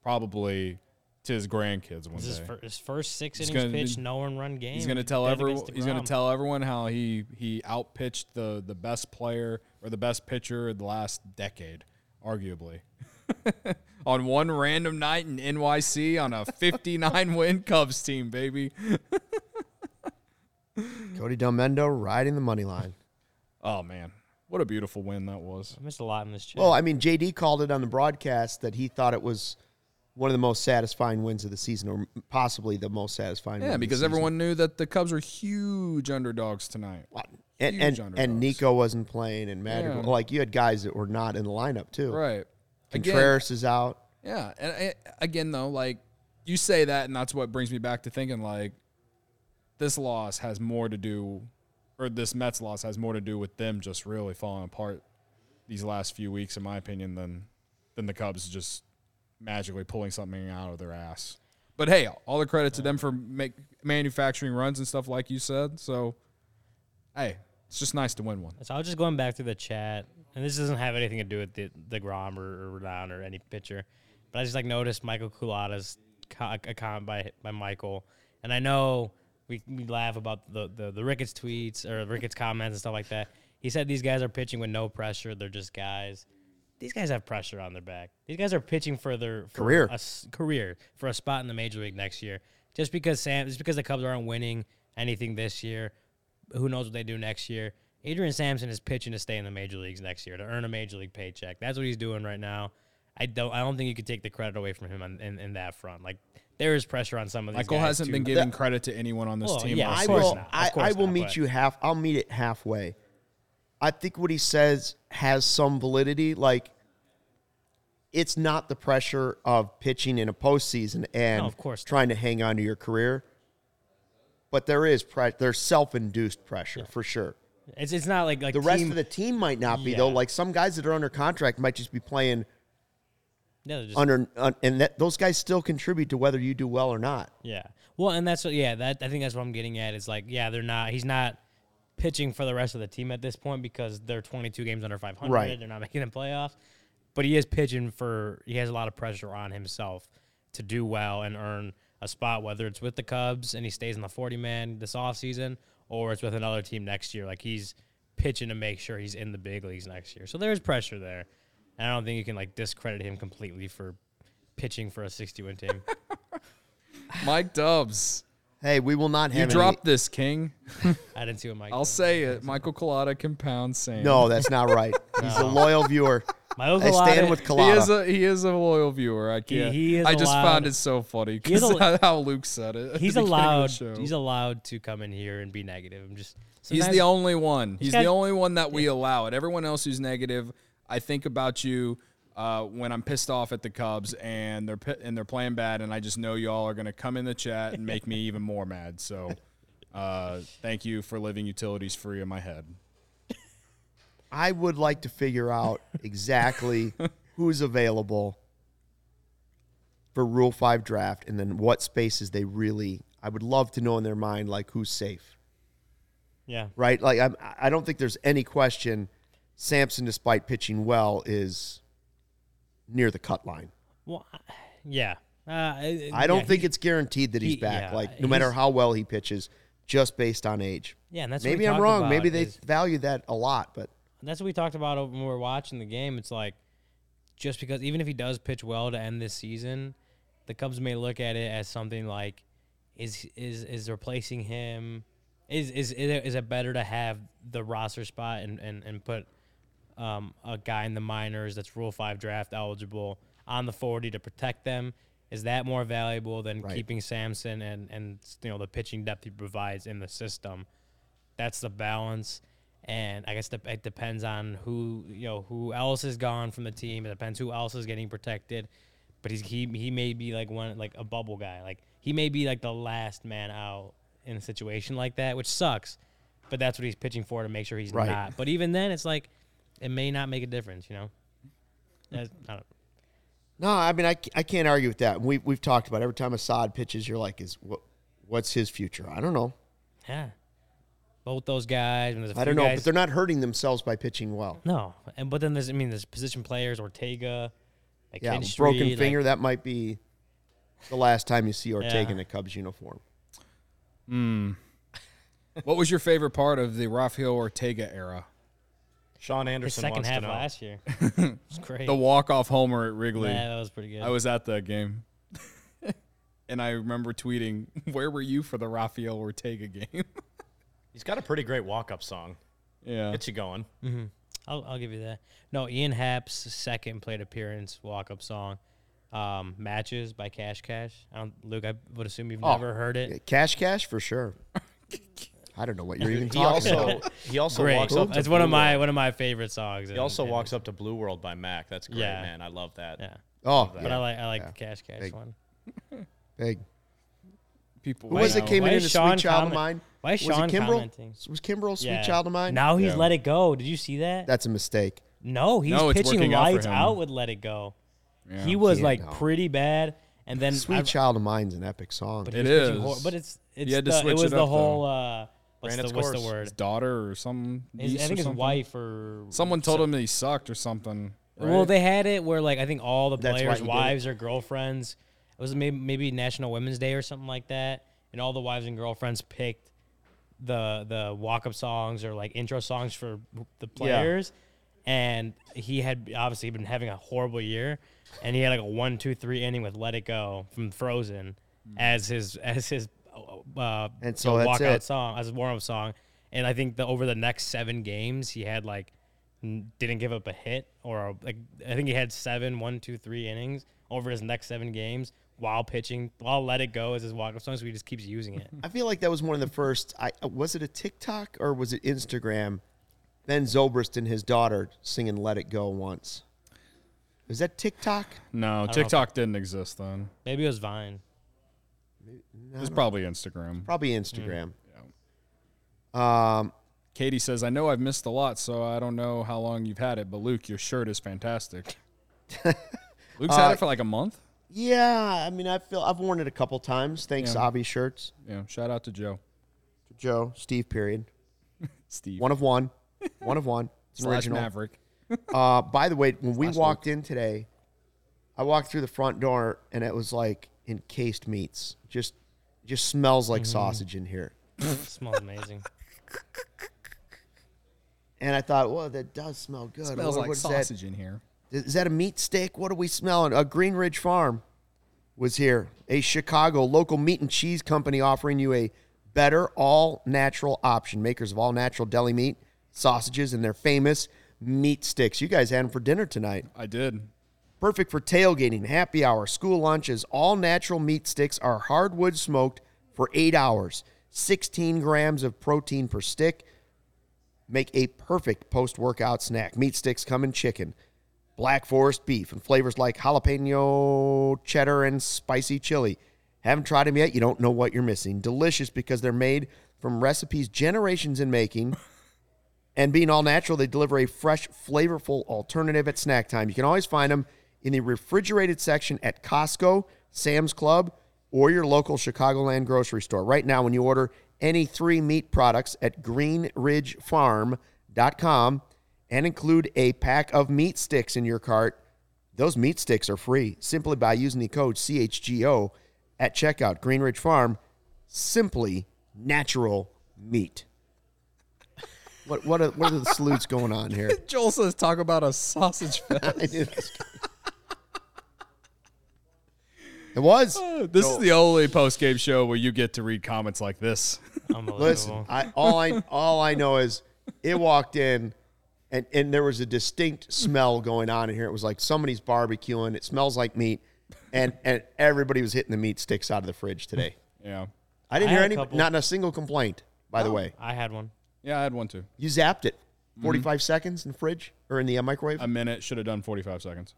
Speaker 2: probably to his grandkids one
Speaker 3: This is
Speaker 2: day.
Speaker 3: fir- his first six
Speaker 2: He's
Speaker 3: innings
Speaker 2: gonna-
Speaker 3: pitched, no earned run game.
Speaker 2: He's going to tell
Speaker 3: That's
Speaker 2: everyone.
Speaker 3: against
Speaker 2: He's going
Speaker 3: DeGrom.
Speaker 2: to tell everyone how he he outpitched the the best player or the best pitcher of the last decade, arguably. on one random night in NYC on a 59 win Cubs team, baby.
Speaker 1: Cody Delmendo riding the money line.
Speaker 2: Oh man, what a beautiful win that was.
Speaker 3: I missed a lot in this chat.
Speaker 1: Well, I mean, JD called it on the broadcast that he thought it was one of the most satisfying wins of the season, or possibly the most satisfying. win
Speaker 2: Yeah,
Speaker 1: of the
Speaker 2: because
Speaker 1: season.
Speaker 2: everyone knew that the Cubs were huge underdogs tonight.
Speaker 1: and
Speaker 2: huge
Speaker 1: and,
Speaker 2: underdogs.
Speaker 1: and Nico wasn't playing, and Madrigal.
Speaker 2: Yeah.
Speaker 1: Like you had guys that were not in the lineup too.
Speaker 2: Right. Again,
Speaker 1: Contreras is out.
Speaker 2: yeah, and I, again though, like you say that, and that's what brings me back to thinking like this loss has more to do, or this Mets loss has more to do with them just really falling apart these last few weeks, in my opinion, than than the Cubs just magically pulling something out of their ass. But hey, all the credit to them for make, manufacturing runs and stuff like you said. So, hey, it's just nice to win one.
Speaker 3: So I was just going back through the chat, and this doesn't have anything to do with the the Grom or, or Rodon or any pitcher, but I just like noticed Michael Culotta's co- a comment by by Michael, and I know we, we laugh about the, the the Ricketts tweets or Ricketts comments and stuff like that. He said these guys are pitching with no pressure; they're just guys. These guys have pressure on their back. These guys are pitching for their for
Speaker 1: Career.
Speaker 3: a s- career for a spot in the major league next year. Just because Sam, just because the Cubs aren't winning anything this year, who knows what they do next year. Adrian Sampson is pitching to stay in the major leagues next year to earn a major league paycheck. That's what he's doing right now. I don't I don't think you could take the credit away from him on, in, in that front. Like there is pressure on some of these
Speaker 2: Michael
Speaker 3: guys
Speaker 2: hasn't
Speaker 3: to-
Speaker 2: been giving credit to anyone on this
Speaker 3: Well,
Speaker 2: team.
Speaker 3: yeah,
Speaker 2: all
Speaker 3: I
Speaker 1: I
Speaker 2: season.
Speaker 3: course
Speaker 1: will.
Speaker 3: not. Of
Speaker 1: I,
Speaker 3: course
Speaker 1: I will
Speaker 3: not,
Speaker 1: meet
Speaker 3: but-
Speaker 1: you half. I'll meet it halfway. I think what he says has some validity. Like, it's not the pressure of pitching in a postseason and
Speaker 3: No, of course not.
Speaker 1: trying to hang on to your career, but there is pre- there's self induced pressure for sure.
Speaker 3: It's, it's not like like
Speaker 1: The rest
Speaker 3: team-
Speaker 1: of the team might not be though.
Speaker 3: Yeah.
Speaker 1: Like some guys that are under contract might just be playing
Speaker 3: no, they're just-
Speaker 1: under, un, and that, those guys still contribute to whether you do well or not.
Speaker 3: Yeah. Well, and that's what, yeah, that I think that's what I'm getting at is like, yeah, they're not, he's not pitching for the rest of the team at this point because they're 22 games under 500.
Speaker 1: Right.
Speaker 3: They're not making the playoffs, but he is pitching for, he has a lot of pressure on himself to do well and earn a spot, whether it's with the Cubs and he stays in the 40 man this offseason or it's with another team next year. Like he's pitching to make sure he's in the big leagues next year. So there's pressure there. And I don't think you can like discredit him completely for pitching for a 60 win team.
Speaker 2: Mike Dubs,
Speaker 1: Hey, we will not have
Speaker 2: you
Speaker 1: any-
Speaker 2: dropped this, King.
Speaker 3: I didn't see what Mike
Speaker 2: I'll
Speaker 3: did.
Speaker 2: say it. Michael Colada compounds saying
Speaker 1: No, that's not right. He's a loyal viewer.
Speaker 3: My uncle
Speaker 1: I stand
Speaker 3: Otto-
Speaker 1: with
Speaker 2: He
Speaker 1: Kalata.
Speaker 2: is a he is a loyal viewer. I can't.
Speaker 3: he is
Speaker 2: I just
Speaker 3: allowed-
Speaker 2: found it so funny
Speaker 3: He is
Speaker 2: because
Speaker 3: al-
Speaker 2: how Luke said it. at the
Speaker 3: he's
Speaker 2: beginning of the
Speaker 3: allowed.
Speaker 2: show.
Speaker 3: He's allowed to come in here and be negative. I'm just.
Speaker 2: He's
Speaker 3: sometimes-
Speaker 2: the only one. He's
Speaker 3: guys-
Speaker 2: the only one that we allow it. Everyone else who's negative, I think about you uh, when I'm pissed off at the Cubs and they're pi- and they're playing bad, and I just know y'all are gonna come in the chat and make me even more mad. So, uh, thank you for living utilities free in my head.
Speaker 1: I would like to figure out exactly who's available for Rule 5 draft and then what spaces they really I would love to know in their mind like who's safe,
Speaker 3: Yeah.
Speaker 1: right? Like I'm, I don't think there's any question Sampson despite pitching well is near the cut line.
Speaker 3: Well, I- yeah. Uh, I
Speaker 1: I don't
Speaker 3: yeah,
Speaker 1: think
Speaker 3: he-
Speaker 1: it's guaranteed that he's
Speaker 3: he-
Speaker 1: back
Speaker 3: yeah,
Speaker 1: like no matter
Speaker 3: he's-
Speaker 1: how well he pitches just based on age.
Speaker 3: Yeah, and that's what we
Speaker 1: Maybe I'm
Speaker 3: talked
Speaker 1: wrong.
Speaker 3: about
Speaker 1: Maybe they
Speaker 3: is-
Speaker 1: value that a lot, but
Speaker 3: That's what we talked about when we were watching the game. It's like just because even if he does pitch well to end this season, the Cubs may look at it as something like is is is replacing him is is is it, is it better to have the roster spot and and and put um, a guy in the minors that's Rule Five draft eligible on the forty to protect them. Is that more valuable than keeping Samson and and you know the pitching depth he provides in the system? That's the balance, and I guess the, it depends on who you know who else is gone from the team. It depends who else is getting protected, but he's he he may be like one like a bubble guy. Like he may be like the last man out in a situation like that, which sucks. But that's what he's pitching for to make sure he's
Speaker 1: Right.
Speaker 3: not. But even then, it's like it may not make a difference, you know. That's- I don't-
Speaker 1: No, I mean I, c- I can't argue with that. We we've talked about it. every time Assad pitches, you're like, is what what's his future? I don't know.
Speaker 3: yeah, both those guys. And there's a
Speaker 1: I
Speaker 3: few
Speaker 1: don't know.
Speaker 3: guys-
Speaker 1: But they're not hurting themselves by pitching well.
Speaker 3: no. And but then there's I mean there's position players Ortega, like
Speaker 1: Yeah,
Speaker 3: Ken
Speaker 1: broken
Speaker 3: Street, like-
Speaker 1: finger. that might be the last time you see Ortega
Speaker 3: Yeah.
Speaker 1: in a Cubs uniform.
Speaker 2: what was your favorite part of the Rafael Ortega era?
Speaker 4: Sean
Speaker 3: His
Speaker 4: Anderson
Speaker 3: second
Speaker 4: wants to
Speaker 3: half
Speaker 4: know.
Speaker 3: last year. It's great.
Speaker 2: The walk off homer at Wrigley.
Speaker 3: yeah, that was pretty good.
Speaker 2: I was at that game. And I remember tweeting, "Where were you for the Rafael Ortega game?"
Speaker 4: He's got a pretty great walk-up song.
Speaker 2: yeah,
Speaker 4: Gets you going.
Speaker 3: I'll, I'll give you that. No, Ian Happ's second plate appearance walk up song, um, "Matches" by Cash Cash. I don't, Luke, I would assume you've never heard it.
Speaker 1: Yeah, Cash, cash for sure. I don't know what you're even
Speaker 4: He
Speaker 1: talking
Speaker 4: also
Speaker 1: about.
Speaker 4: he also
Speaker 3: Great.
Speaker 4: walks up. to
Speaker 3: It's one of
Speaker 4: Blue
Speaker 3: my
Speaker 4: World.
Speaker 3: one of my favorite songs.
Speaker 4: He also walks up to Blue World by Mac. That's great,
Speaker 3: Yeah.
Speaker 4: man. I love that.
Speaker 3: Yeah,
Speaker 1: Oh,
Speaker 3: but I like I like the
Speaker 1: yeah.
Speaker 3: Cash Cash
Speaker 1: Big.
Speaker 3: one.
Speaker 1: big.
Speaker 2: people.
Speaker 1: Who was
Speaker 2: went
Speaker 1: it
Speaker 2: out.
Speaker 1: came
Speaker 3: Why
Speaker 1: in
Speaker 3: is
Speaker 1: as a
Speaker 3: Sean
Speaker 1: sweet child of
Speaker 3: comment-
Speaker 1: mine?
Speaker 3: why is
Speaker 1: was
Speaker 3: Sean
Speaker 1: it Kimbrel?
Speaker 3: commenting?
Speaker 1: Was Kimbrel a sweet
Speaker 3: Yeah.
Speaker 1: child of mine?
Speaker 3: Now he's
Speaker 2: Yeah.
Speaker 3: let it go. Did you see that?
Speaker 1: That's a mistake.
Speaker 3: no, he's
Speaker 2: No, it's
Speaker 3: pitching
Speaker 2: working out for
Speaker 3: lights
Speaker 2: him.
Speaker 3: out with "Let It Go." He was
Speaker 1: Yeah,
Speaker 3: like
Speaker 1: no.
Speaker 3: pretty bad, and then
Speaker 1: Sweet
Speaker 3: I've-
Speaker 1: child of mine's an epic song.
Speaker 3: But
Speaker 2: It
Speaker 3: he was pitching
Speaker 2: is.
Speaker 3: hor- but it's it's
Speaker 2: had to
Speaker 3: the,
Speaker 2: switch
Speaker 3: it
Speaker 2: it
Speaker 3: was the
Speaker 2: up, though.
Speaker 3: whole uh, what's,
Speaker 4: Ran
Speaker 3: the,
Speaker 4: its
Speaker 3: what's the
Speaker 4: course.
Speaker 3: word?
Speaker 2: his daughter or some.
Speaker 3: His,
Speaker 2: niece
Speaker 3: I
Speaker 2: or
Speaker 3: think his
Speaker 2: something?
Speaker 3: wife or
Speaker 2: Someone told him that he sucked or something.
Speaker 3: Well,
Speaker 2: right?
Speaker 3: they had it where like I think all the
Speaker 1: That's why
Speaker 3: players'
Speaker 1: he did it.
Speaker 3: wives or girlfriends. It was maybe, maybe National Women's Day or something like that, and all the wives and girlfriends picked the the walk up songs or like intro songs for the players. And he had obviously been having a horrible year, and he had like a one two three inning with "Let It Go" from Frozen
Speaker 2: Hmm.
Speaker 3: as his as his uh,
Speaker 1: And so that's
Speaker 3: walk out
Speaker 1: it.
Speaker 3: song as a warm up song. And I think the over the next seven games, he had like n- didn't give up a hit or a, like I think he had seven one two three innings over his next seven games while pitching, while let it go as his walk-up song, so he just keeps using it.
Speaker 1: I feel like that was one of the first. I uh, was it a TikTok or was it Instagram? Ben Zobrist and his daughter singing "Let It Go" once. Was that TikTok?
Speaker 2: No, TikTok didn't exist then.
Speaker 3: Maybe it was Vine.
Speaker 2: It was probably Instagram.
Speaker 1: Probably
Speaker 2: Mm,
Speaker 1: Instagram.
Speaker 2: Katie says, I know I've missed a lot, so I don't know how long you've had it, but Luke, your shirt is fantastic. Luke's
Speaker 1: Uh,
Speaker 2: had it for like a month.
Speaker 1: Yeah, I mean, I feel I've worn it a couple times. Thanks,
Speaker 2: Yeah.
Speaker 1: Abby shirts.
Speaker 2: Yeah, shout out to Joe.
Speaker 1: Joe, Steve. Period.
Speaker 2: Steve.
Speaker 1: One of one. One of one. It's an
Speaker 2: slash
Speaker 1: original.
Speaker 2: Maverick.
Speaker 1: Uh, by the way, when we walked in today, I walked through the front door and it was like encased meats. Just, just smells
Speaker 2: Mm.
Speaker 1: like sausage in here.
Speaker 3: It smells amazing.
Speaker 1: And I thought, well, that does smell good.
Speaker 2: Smells
Speaker 1: What-
Speaker 2: like
Speaker 1: what's
Speaker 2: sausage in here.
Speaker 1: That? Is that a meat steak? What are we smelling? A Green Ridge Farm was here, a Chicago local meat and cheese company offering you a better all natural option. Makers of all natural deli meat, sausages, and their famous meat sticks. You guys had them for dinner tonight.
Speaker 2: I did.
Speaker 1: Perfect for tailgating, happy hour, school lunches. All natural meat sticks are hardwood smoked for eight hours. 16 grams of protein per stick make a perfect post workout snack. Meat sticks come in chicken, black forest beef, and flavors like jalapeno, cheddar, and spicy chili. Haven't tried them yet? You don't know what you're missing. Delicious because they're made from recipes generations in making. And being all natural, they deliver a fresh, flavorful alternative at snack time. You can always find them in the refrigerated section at Costco, Sam's Club, or your local Chicagoland grocery store. Right now, when you order any three meat products at greenridgefarm.com and include a pack of meat sticks in your cart, those meat sticks are free simply by using the code CHGO at checkout. Greenridge Farm, simply natural meat. What what are, what are the salutes going on here?
Speaker 2: Joel says, talk about a sausage fest.
Speaker 1: I knew that was coming. it was.
Speaker 2: this is the only post game show where you get to read comments like this.
Speaker 3: Unbelievable.
Speaker 1: Listen, I all I all I know is it walked in, and and there was a distinct smell going on in here. It was like somebody's barbecuing. It smells like meat, and and everybody was hitting the meat sticks out of the fridge today.
Speaker 2: Yeah.
Speaker 1: I didn't
Speaker 3: I
Speaker 1: hear
Speaker 3: had a
Speaker 1: any,
Speaker 3: couple.
Speaker 1: not a single complaint. By
Speaker 2: Oh.
Speaker 1: the way,
Speaker 3: I had one.
Speaker 2: Yeah, I had one too.
Speaker 1: you zapped it.
Speaker 2: Mm-hmm.
Speaker 1: 45 seconds in the fridge or in the uh, microwave.
Speaker 2: A minute should have done 45 seconds.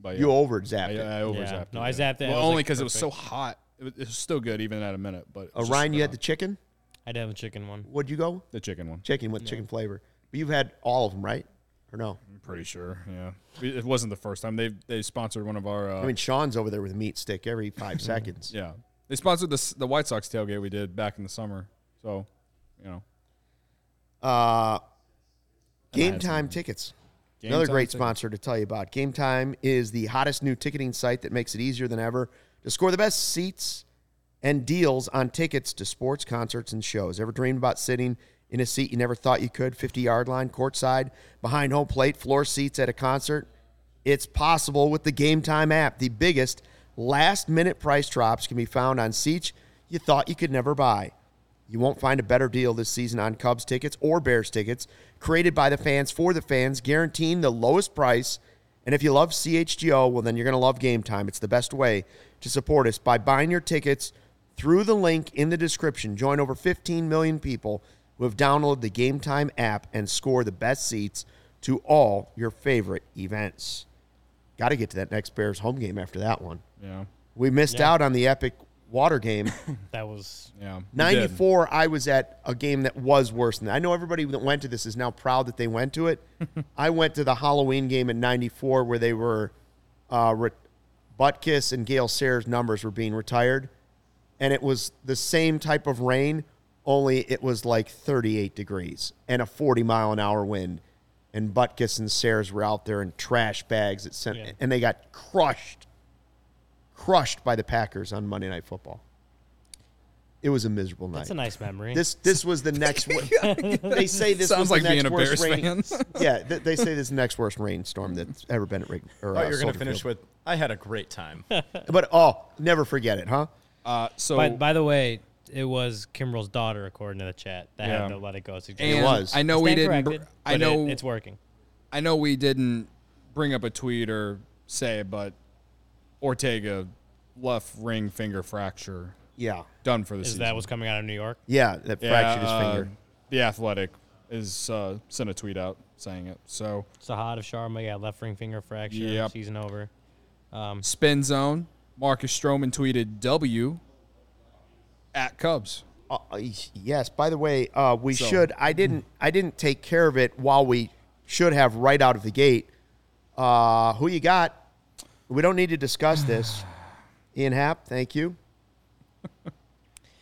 Speaker 2: But yeah,
Speaker 1: you over zapped
Speaker 2: I,
Speaker 1: it.
Speaker 2: I over zapped
Speaker 3: Yeah.
Speaker 2: it.
Speaker 3: No, I zapped it. It
Speaker 2: Well,
Speaker 3: was,
Speaker 2: only
Speaker 3: like,
Speaker 2: because it was so hot. It was, it was still good even at a minute, but it
Speaker 1: Uh,
Speaker 2: was just
Speaker 1: Ryan, you had
Speaker 2: the,
Speaker 1: the chicken.
Speaker 3: I did have a chicken one.
Speaker 1: What'd you go?
Speaker 2: the chicken one.
Speaker 1: chicken with chicken flavor. But you've had all of them, right? Or no?
Speaker 2: I'm pretty sure. Yeah. It it wasn't the first time they they sponsored one of our uh,
Speaker 1: I mean, Sean's over there with a meat stick every five seconds.
Speaker 2: Yeah, they sponsored the the White Sox tailgate we did back in the summer. So, you know,
Speaker 1: Uh, Game
Speaker 2: have
Speaker 1: Time tickets.
Speaker 2: Game
Speaker 1: Another
Speaker 2: Time
Speaker 1: great
Speaker 2: tickets.
Speaker 1: sponsor to tell you about. Game Time is the hottest new ticketing site that makes it easier than ever to score the best seats and deals on tickets to sports, concerts, and shows. Ever dreamed about sitting in a seat you never thought you could? 50 yard line, courtside, behind home plate, floor seats at a concert? It's possible with the Game Time app. The biggest last minute price drops can be found on seats you thought you could never buy. You won't find a better deal this season on Cubs tickets or Bears tickets, created by the fans for the fans, guaranteeing the lowest price. And if you love CHGO, well, then you're going to love Game Time. It's the best way to support us by buying your tickets through the link in the description. Join over 15 million people who have downloaded the Game Time app and score the best seats to all your favorite events. Got to get to that next Bears home game after that one.
Speaker 2: yeah,
Speaker 1: We missed out on the epic water game.
Speaker 3: That was
Speaker 2: yeah. we did.
Speaker 1: 94 i was at a game that was worse than that i know everybody that went to this is now proud that they went to it i went to the halloween game in 94 where they were uh, re- butkus and gail sayers numbers were being retired and it was the same type of rain only it was like 38 degrees and a 40 mile an hour wind and butkus and sayers were out there in trash bags that sent,
Speaker 3: Yeah.
Speaker 1: and they got crushed crushed by the packers on monday night football it was a miserable night.
Speaker 3: that's a nice memory.
Speaker 1: This this was the next. wor- they say this was
Speaker 2: Sounds
Speaker 1: the
Speaker 2: like
Speaker 1: next
Speaker 2: being a
Speaker 1: worst
Speaker 2: Bears
Speaker 1: rain-
Speaker 2: fan.
Speaker 1: yeah, th- they say this is the next worst rainstorm that's ever been at. Rig- Or,
Speaker 4: thought
Speaker 1: uh,
Speaker 4: you were going to
Speaker 1: Soldier
Speaker 4: Oh, finish
Speaker 1: Field.
Speaker 4: with, I had a great time.
Speaker 1: but oh, never forget it, huh?
Speaker 2: Uh, so
Speaker 3: By, by the way, it was Kimbrel's daughter, according to the chat, that
Speaker 2: Yeah.
Speaker 3: had the let it go suggestion.
Speaker 2: and
Speaker 1: was.
Speaker 2: I know
Speaker 3: Stand
Speaker 2: we didn't.
Speaker 3: corrected,
Speaker 2: br- I
Speaker 3: but
Speaker 2: know
Speaker 3: it- it's working.
Speaker 2: I know we didn't bring up a tweet or say, but Ortega left ring finger fracture
Speaker 1: Yeah.
Speaker 2: done for the
Speaker 3: Is
Speaker 2: season.
Speaker 3: that what's coming out of New York?
Speaker 1: Yeah, that fractured his
Speaker 2: uh,
Speaker 1: finger.
Speaker 2: The Athletic is uh, sent a tweet out saying it. So
Speaker 3: Sahad of Sharma, yeah, left ring finger fracture,
Speaker 2: Yep.
Speaker 3: season over.
Speaker 2: spin zone. Marcus Stroman tweeted W at Cubs.
Speaker 1: Uh, y- yes. By the way, uh, we
Speaker 2: So-
Speaker 1: should. I didn't. I didn't take care of it while we should have right out of the gate. Uh, who you got? We don't need to discuss this. Ian Happ, thank you.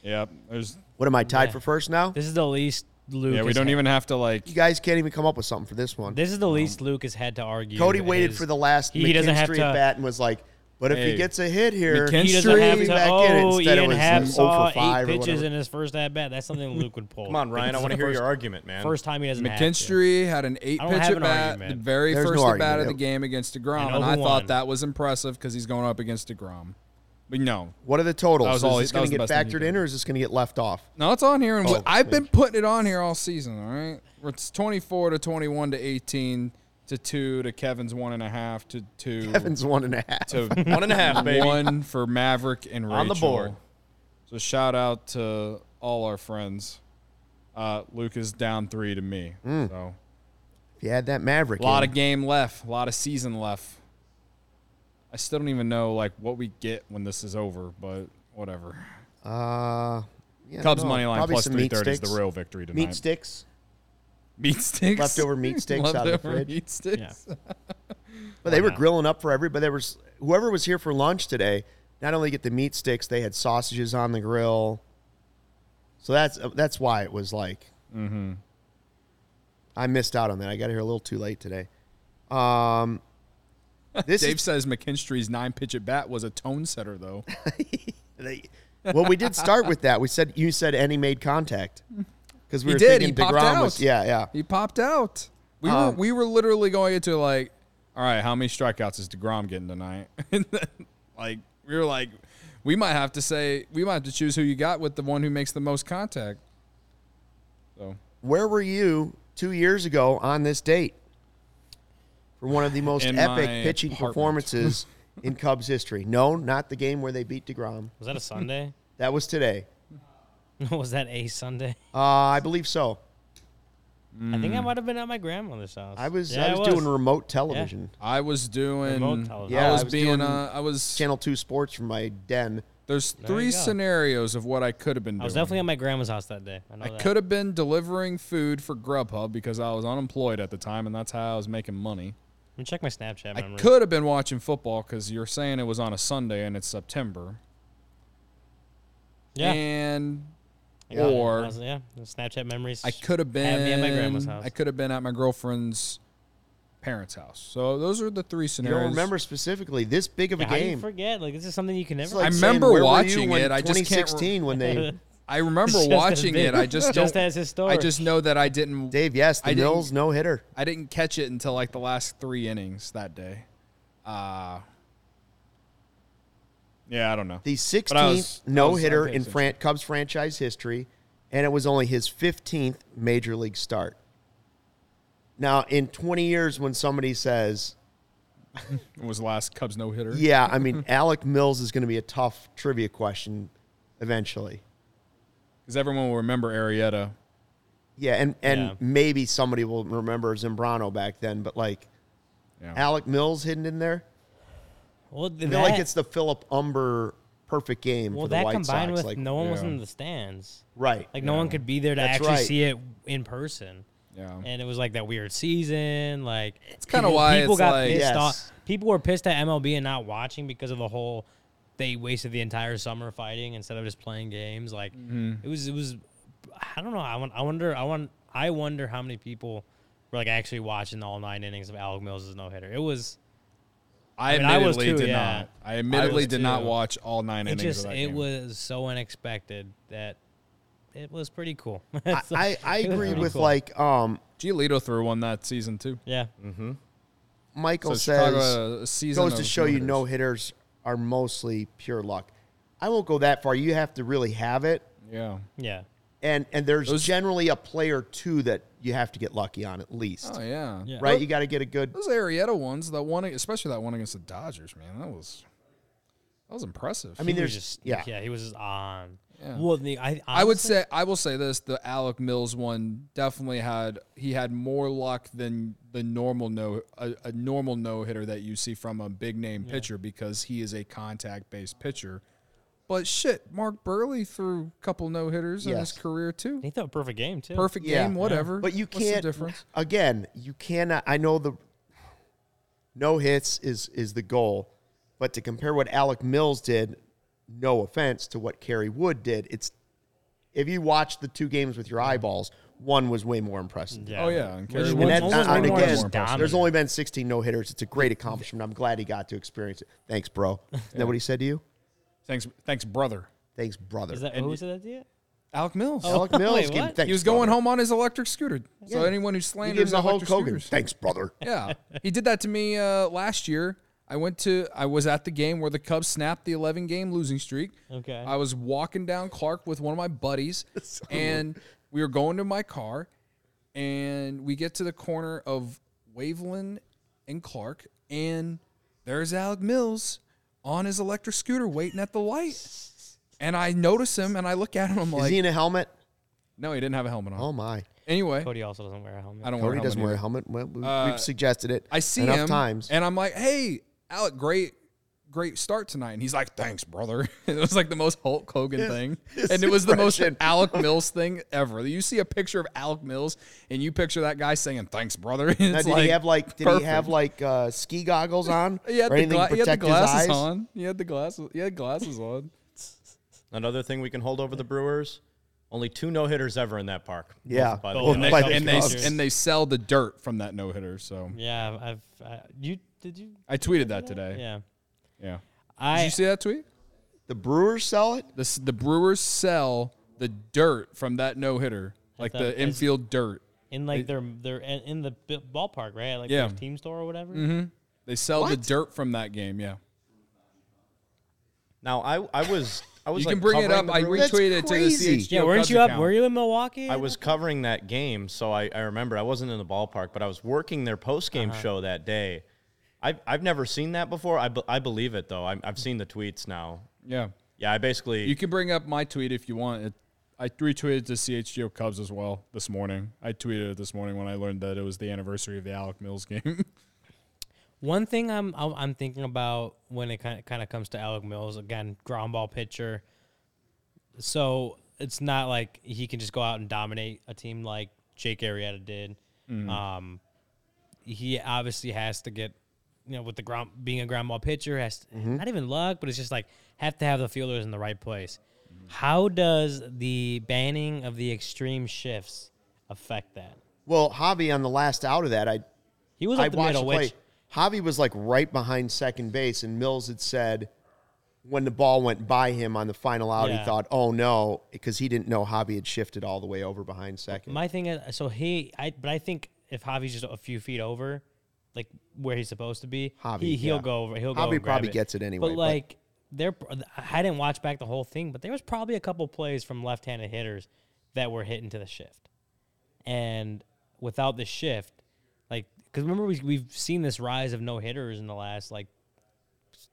Speaker 2: Yep. There's
Speaker 1: What am I tied for first now?
Speaker 3: This is the least Luke.
Speaker 2: yeah. We
Speaker 3: has
Speaker 2: don't
Speaker 3: had-
Speaker 2: even have to like.
Speaker 1: You guys can't even come up with something for this one.
Speaker 3: This is the least Luke has had to argue.
Speaker 1: Um, Cody waited
Speaker 3: his-
Speaker 1: for the last
Speaker 3: He, he doesn't have
Speaker 1: McKinstry
Speaker 3: to.
Speaker 1: at bat and was like, "But if he
Speaker 2: Hey,
Speaker 1: gets a hit here,
Speaker 2: McKin-
Speaker 3: He doesn't have
Speaker 2: Street
Speaker 3: to.
Speaker 1: back in.
Speaker 3: Oh,
Speaker 1: Instead it
Speaker 3: Ian
Speaker 1: was
Speaker 3: Happ
Speaker 1: an 0 for
Speaker 3: saw eight
Speaker 1: five or
Speaker 3: pitches
Speaker 1: whatever.
Speaker 3: in his first at bat. That's something Luke would pull.
Speaker 4: Come on, Ryan. I
Speaker 3: This is
Speaker 4: want to
Speaker 3: the
Speaker 4: hear your
Speaker 3: first-
Speaker 4: argument, man.
Speaker 3: First time he doesn't have
Speaker 2: McKinstry had an eight
Speaker 3: I
Speaker 2: pitch
Speaker 3: don't have
Speaker 2: at
Speaker 3: an
Speaker 2: bat, the
Speaker 3: argument.
Speaker 2: very
Speaker 1: There's
Speaker 2: first
Speaker 1: no
Speaker 2: at bat of the
Speaker 1: argument.
Speaker 2: game against Degrom,
Speaker 3: And
Speaker 2: and I
Speaker 3: overwon.
Speaker 2: thought that was impressive because he's going up against Degrom. But no,
Speaker 1: what are the totals?
Speaker 2: That was
Speaker 1: is
Speaker 2: all-
Speaker 1: this
Speaker 2: that
Speaker 1: going to
Speaker 2: was
Speaker 1: get
Speaker 2: the best thing you
Speaker 1: factored
Speaker 2: did.
Speaker 1: in, or is this going to get left off?"
Speaker 2: no, it's on here, and
Speaker 1: Oh,
Speaker 2: I've been putting it on here all season. All right, it's twenty-four to twenty-one to eighteen to two to Kevin's one and a half to two
Speaker 1: Kevin's one and a half.
Speaker 2: to
Speaker 4: One and a half, baby.
Speaker 2: one for Maverick and Rachel.
Speaker 4: On the board.
Speaker 2: So shout out to all our friends. Uh, Luke is down three to me. So
Speaker 1: If you had that Maverick,
Speaker 2: a lot
Speaker 1: in,
Speaker 2: of game left, a lot of season left. I still don't even know like what we get when this is over, but whatever.
Speaker 1: uh, yeah, I
Speaker 2: Cubs
Speaker 1: don't know.
Speaker 2: money line
Speaker 1: Probably
Speaker 2: plus
Speaker 1: some meat
Speaker 2: three thirty is the
Speaker 1: sticks.
Speaker 2: real victory tonight.
Speaker 1: Meat sticks.
Speaker 2: Meat sticks.
Speaker 1: Leftover meat sticks out of the
Speaker 2: Leftover
Speaker 1: fridge.
Speaker 2: meat sticks.
Speaker 1: But they were grilling up for everybody. There was whoever was here for lunch today. Not only get the meat sticks, they had sausages on the grill. So that's uh, that's why it was like.
Speaker 2: Mm-hmm.
Speaker 1: I missed out on that. I got here a little too late today. Um, this
Speaker 2: Dave
Speaker 1: is,
Speaker 2: says McKinstry's nine pitch at bat was a tone setter though.
Speaker 1: they, well, we did start with that. We said you said and he made contact because we
Speaker 2: He
Speaker 1: were
Speaker 2: did.
Speaker 1: thinking
Speaker 2: He popped
Speaker 1: Degrom
Speaker 2: out.
Speaker 1: was yeah yeah.
Speaker 2: He popped out. We were we were literally going into like, all right, how many strikeouts is Degrom getting tonight? and then, like we were like, we might have to say we might have to choose who you got with the one who makes the most contact. So
Speaker 1: Where were you two years ago on this date for one of the most
Speaker 2: In
Speaker 1: epic
Speaker 2: my
Speaker 1: pitching
Speaker 2: apartment.
Speaker 1: performances in Cubs history? No, not the game where they beat Degrom.
Speaker 3: Was that a Sunday?
Speaker 1: That was today.
Speaker 3: was that a Sunday?
Speaker 1: Uh, I believe so.
Speaker 3: I think I might have been at my grandmother's house.
Speaker 1: Mm. I was
Speaker 3: Yeah,
Speaker 1: I was, doing remote television,
Speaker 2: I was
Speaker 3: Remote
Speaker 2: doing.
Speaker 3: television.
Speaker 1: Yeah,
Speaker 2: I
Speaker 1: I
Speaker 2: was
Speaker 1: was
Speaker 2: being.
Speaker 1: doing
Speaker 2: Uh, I was.
Speaker 1: Channel Two Sports from my den.
Speaker 2: There's
Speaker 3: you
Speaker 2: three
Speaker 3: go.
Speaker 2: scenarios of what I could have been doing.
Speaker 3: I was definitely at my grandma's house that day. I know
Speaker 2: I
Speaker 3: that.
Speaker 2: could have been delivering food for Grubhub because I was unemployed at the time, and that's how I was making money.
Speaker 3: Let me check my Snapchat
Speaker 2: I
Speaker 3: memory.
Speaker 2: could have been watching football because you're saying it was on a Sunday and it's September.
Speaker 3: Yeah.
Speaker 2: And
Speaker 3: Yeah.
Speaker 2: or
Speaker 3: I was- yeah, the Snapchat memories.
Speaker 2: I could have been
Speaker 3: Had me at my grandma's house.
Speaker 2: I could have been at my girlfriend's parents' house. So those are the three
Speaker 1: You
Speaker 2: scenarios.
Speaker 1: don't remember specifically this big of a
Speaker 3: Yeah, how do you
Speaker 1: game.
Speaker 3: forget? Like this is something you can never.
Speaker 1: It's like
Speaker 2: I
Speaker 1: saying,
Speaker 2: remember
Speaker 1: "Where were you
Speaker 2: watching
Speaker 1: when
Speaker 2: it, I just can't re-
Speaker 1: 2016 when they
Speaker 2: I remember
Speaker 3: Just as
Speaker 2: watching
Speaker 3: big.
Speaker 2: it. I just
Speaker 3: Just
Speaker 2: don't-
Speaker 3: as
Speaker 2: I
Speaker 3: historic.
Speaker 2: just know that I didn't
Speaker 1: Dave. Yes, the
Speaker 2: I didn't-
Speaker 1: Mills no hitter.
Speaker 2: I didn't catch it until like the last three innings that day. Uh yeah, I don't know.
Speaker 1: The
Speaker 2: But I
Speaker 1: 16th
Speaker 2: was- I
Speaker 1: no
Speaker 2: was- I
Speaker 1: hitter
Speaker 2: paid
Speaker 1: in Fran- Cubs franchise history, and it was only his 15th major league start. Now, in 20 years, when somebody says,
Speaker 2: It was the last Cubs no hitter.
Speaker 1: Yeah, I mean, Alec Mills is going to be a tough trivia question eventually.
Speaker 2: Because everyone will remember Arietta.
Speaker 1: Yeah, and, and
Speaker 3: Yeah.
Speaker 1: maybe somebody will remember Zimbrano back then, but like
Speaker 2: Yeah.
Speaker 1: Alec Mills hidden in there.
Speaker 3: well,
Speaker 1: I
Speaker 3: that,
Speaker 1: feel like it's the Philip Umber perfect game
Speaker 3: well
Speaker 1: for the
Speaker 3: that
Speaker 1: White
Speaker 3: combined
Speaker 1: Sox.
Speaker 3: with
Speaker 1: like,
Speaker 3: no one was
Speaker 2: yeah.
Speaker 3: in the stands.
Speaker 1: right.
Speaker 3: Like no one could be there to
Speaker 1: That's
Speaker 3: actually
Speaker 1: right.
Speaker 3: see it in person.
Speaker 2: Yeah.
Speaker 3: And it was like that weird season. Like it's
Speaker 2: kinda why
Speaker 3: people
Speaker 2: it's
Speaker 3: got
Speaker 2: like-
Speaker 3: pissed
Speaker 1: Yes.
Speaker 3: off. People were pissed at MLB and not watching because of the whole. They wasted the entire summer fighting instead of just playing games. Like
Speaker 2: Mm-hmm.
Speaker 3: it was, it was. I don't know. I want. I wonder. I want. I wonder how many people were like actually watching all nine innings of Alec Mills' no hitter. It was.
Speaker 2: I
Speaker 3: mean, I
Speaker 2: admittedly
Speaker 3: was too,
Speaker 2: did
Speaker 3: yeah.
Speaker 2: not. I admittedly
Speaker 3: was
Speaker 2: did not
Speaker 3: too.
Speaker 2: watch all nine
Speaker 3: It
Speaker 2: innings
Speaker 3: just.
Speaker 2: of
Speaker 3: It
Speaker 2: that game.
Speaker 3: was so unexpected that it was pretty cool.
Speaker 1: I,
Speaker 3: So,
Speaker 1: I, I
Speaker 3: it was
Speaker 1: agree
Speaker 3: pretty
Speaker 1: with
Speaker 3: cool.
Speaker 1: like um,
Speaker 2: Giolito threw one that season too.
Speaker 3: Yeah.
Speaker 2: Mm-hmm.
Speaker 1: Michael
Speaker 2: So
Speaker 1: says.
Speaker 2: Chicago uh, had a season
Speaker 1: goes to
Speaker 2: of
Speaker 1: show you
Speaker 2: no-hitters.
Speaker 1: no hitters are mostly pure luck. I won't go that far. You have to really have it.
Speaker 2: Yeah.
Speaker 3: Yeah.
Speaker 1: And and there's
Speaker 2: Those-
Speaker 1: generally a play or two that you have to get lucky on at least.
Speaker 2: Oh yeah.
Speaker 3: Yeah.
Speaker 1: Right? You got to get a good
Speaker 2: Those Arietta ones, that one, especially that one against the Dodgers, man, that was That was impressive.
Speaker 1: I mean,
Speaker 3: He was
Speaker 1: there's
Speaker 3: just
Speaker 1: yeah.
Speaker 3: yeah, he was just on.
Speaker 2: Yeah.
Speaker 3: Well, the, I
Speaker 2: I would
Speaker 3: honestly-
Speaker 2: say I will say this: the Alec Mills one definitely had he had more luck than the normal no a, a normal no hitter that you see from a big name pitcher because he is a contact based pitcher. But shit, Mark Burley threw a couple no hitters in his
Speaker 1: Yes.
Speaker 2: career too.
Speaker 3: he threw a perfect game too.
Speaker 2: Perfect
Speaker 1: Yeah.
Speaker 2: game, whatever.
Speaker 1: But you
Speaker 2: What's
Speaker 1: can't.
Speaker 2: the difference?
Speaker 1: Again, you cannot. I know the no hits is is the goal, but to compare what Alec Mills did, no offense to what Kerry Wood did, it's if you watch the two games with your eyeballs, one was way more impressive.
Speaker 3: Yeah.
Speaker 2: Oh yeah, and
Speaker 3: Which
Speaker 2: Kerry
Speaker 3: is
Speaker 2: Wood
Speaker 3: what-
Speaker 1: And
Speaker 2: was
Speaker 1: that,
Speaker 3: Almost
Speaker 2: way
Speaker 3: one
Speaker 1: and
Speaker 3: more
Speaker 1: again,
Speaker 3: impressive.
Speaker 1: there's only been 16 no hitters. It's a great accomplishment. I'm glad he got to experience it. Thanks, bro. Isn't that what he said to you?
Speaker 2: thanks, thanks, brother.
Speaker 1: Thanks, brother.
Speaker 3: Is that who said that to you?
Speaker 2: Alec Mills.
Speaker 1: Alec Mills?
Speaker 3: Wait,
Speaker 1: gave him
Speaker 3: what?
Speaker 1: thanks,
Speaker 2: he was going
Speaker 1: brother.
Speaker 2: home on his electric scooter. So anyone
Speaker 1: He gave
Speaker 2: who
Speaker 1: him
Speaker 2: slanders
Speaker 1: the Hulk
Speaker 2: electric
Speaker 1: Hogan.
Speaker 2: scooters,
Speaker 1: Thanks, brother.
Speaker 2: Yeah, he did that to me uh, last year. I went to I was at the game where the Cubs snapped the 11 game losing streak.
Speaker 3: Okay.
Speaker 2: I was walking down Clark with one of my buddies, and we were going to my car, and we get to the corner of Waveland and Clark, and there's Alec Mills on his electric scooter waiting at the light. And I notice him, and I look at him. I'm
Speaker 1: Is
Speaker 2: like,
Speaker 1: he in a helmet?
Speaker 2: "No, he didn't have a helmet on."
Speaker 1: Oh my.
Speaker 2: Anyway,
Speaker 3: Cody also doesn't wear a helmet.
Speaker 2: I don't.
Speaker 1: Cody
Speaker 2: wear a helmet
Speaker 1: doesn't
Speaker 2: either.
Speaker 1: wear a helmet. Well, we, we've suggested it.
Speaker 2: Uh, I see
Speaker 1: enough
Speaker 2: him
Speaker 1: times.
Speaker 2: and I'm like, "Hey, Alec, great, great start tonight." And he's like, "Thanks, brother." it was like the most Hulk Hogan thing, and it was the most
Speaker 1: expression.
Speaker 2: Alec Mills thing ever. You see a picture of Alec Mills, and you picture that guy saying, "Thanks, brother." And
Speaker 1: Now,
Speaker 2: it's
Speaker 1: did
Speaker 2: like,
Speaker 1: he have like? Did
Speaker 2: perfect.
Speaker 1: he have like uh, ski goggles on?
Speaker 2: He had,
Speaker 1: or
Speaker 2: the,
Speaker 1: anything
Speaker 2: gla-
Speaker 1: to
Speaker 2: he had the
Speaker 1: protect his
Speaker 2: glasses
Speaker 1: eyes?
Speaker 2: on. He had the glasses. He had glasses on.
Speaker 4: Another thing we can hold over the Brewers: only two no hitters ever in that park.
Speaker 1: Yeah.
Speaker 4: By the
Speaker 3: Both
Speaker 4: way.
Speaker 2: And
Speaker 3: by
Speaker 2: they,
Speaker 3: the
Speaker 2: and, they,
Speaker 3: Cubs.
Speaker 2: and they sell the dirt from that no hitter. So
Speaker 3: Yeah, I've I, you did you?
Speaker 2: I tweeted that today.
Speaker 3: Yeah,
Speaker 2: Yeah.
Speaker 3: I
Speaker 2: Did you see that tweet?
Speaker 1: The Brewers sell it.
Speaker 2: The s- the Brewers sell the dirt from that no hitter, like
Speaker 3: that-
Speaker 2: the
Speaker 3: as-
Speaker 2: infield dirt.
Speaker 3: in like their their in in the bi- ballpark right like
Speaker 2: Yeah. Mm-hmm.
Speaker 3: their team store or whatever.
Speaker 2: They sell the dirt from that game. Yeah,
Speaker 4: Now I I was I was
Speaker 2: you
Speaker 4: like
Speaker 2: can bring it
Speaker 4: covering
Speaker 2: up.
Speaker 4: the
Speaker 2: I
Speaker 4: Brewers.
Speaker 1: That's
Speaker 2: retweeted it to the
Speaker 1: crazy.
Speaker 2: CHGO
Speaker 3: Yeah, weren't
Speaker 2: Cubs
Speaker 3: you up?
Speaker 2: account.
Speaker 3: Were you in Milwaukee?
Speaker 4: I was covering that game, so I, I remember I wasn't in the ballpark, but I was working their post game show that day. I've, I've never seen that before. I, be- I believe it though. I'm, I've seen the tweets now.
Speaker 2: Yeah,
Speaker 4: Yeah, I basically
Speaker 2: you can bring up my tweet if you want. It, I retweeted to CHGO Cubs as well this morning. I tweeted it this morning when I learned that it was the anniversary of the Alec Mills game.
Speaker 3: One thing I'm I'm I'm thinking about when it kind of, kind of comes to Alec Mills again, ground ball pitcher. So it's not like he can just go out and dominate a team like Jake Arrieta did.
Speaker 1: Mm-hmm.
Speaker 3: Um, he obviously has to get, you know, with the ground being a ground ball pitcher has to,
Speaker 1: Mm-hmm.
Speaker 3: not even luck, but it's just like have to have the fielders in the right place.
Speaker 1: Mm-hmm.
Speaker 3: How does the banning of the extreme shifts affect that?
Speaker 1: Well, Javi on the last out of that, I
Speaker 3: He was
Speaker 1: I
Speaker 3: up the
Speaker 1: watched
Speaker 3: middle,
Speaker 1: the play.
Speaker 3: which
Speaker 1: Javi was like right behind second base, and Mills had said when the ball went by him on the final out, he
Speaker 3: Yeah.
Speaker 1: thought, "Oh no," because he didn't know Javi had shifted all the way over behind second.
Speaker 3: My thing is, so he, I, but I think if Javi's just a few feet over, like where he's supposed to be,
Speaker 1: Javi,
Speaker 3: he, he'll
Speaker 1: yeah.
Speaker 3: go over. He'll go.
Speaker 1: Javi
Speaker 3: and grab
Speaker 1: probably gets it anyway, but-
Speaker 3: But like, there, I didn't watch back the whole thing, but there was probably a couple plays from left-handed hitters that were hitting to the shift, and without the shift, like, because remember we we've seen this rise of no hitters in the last like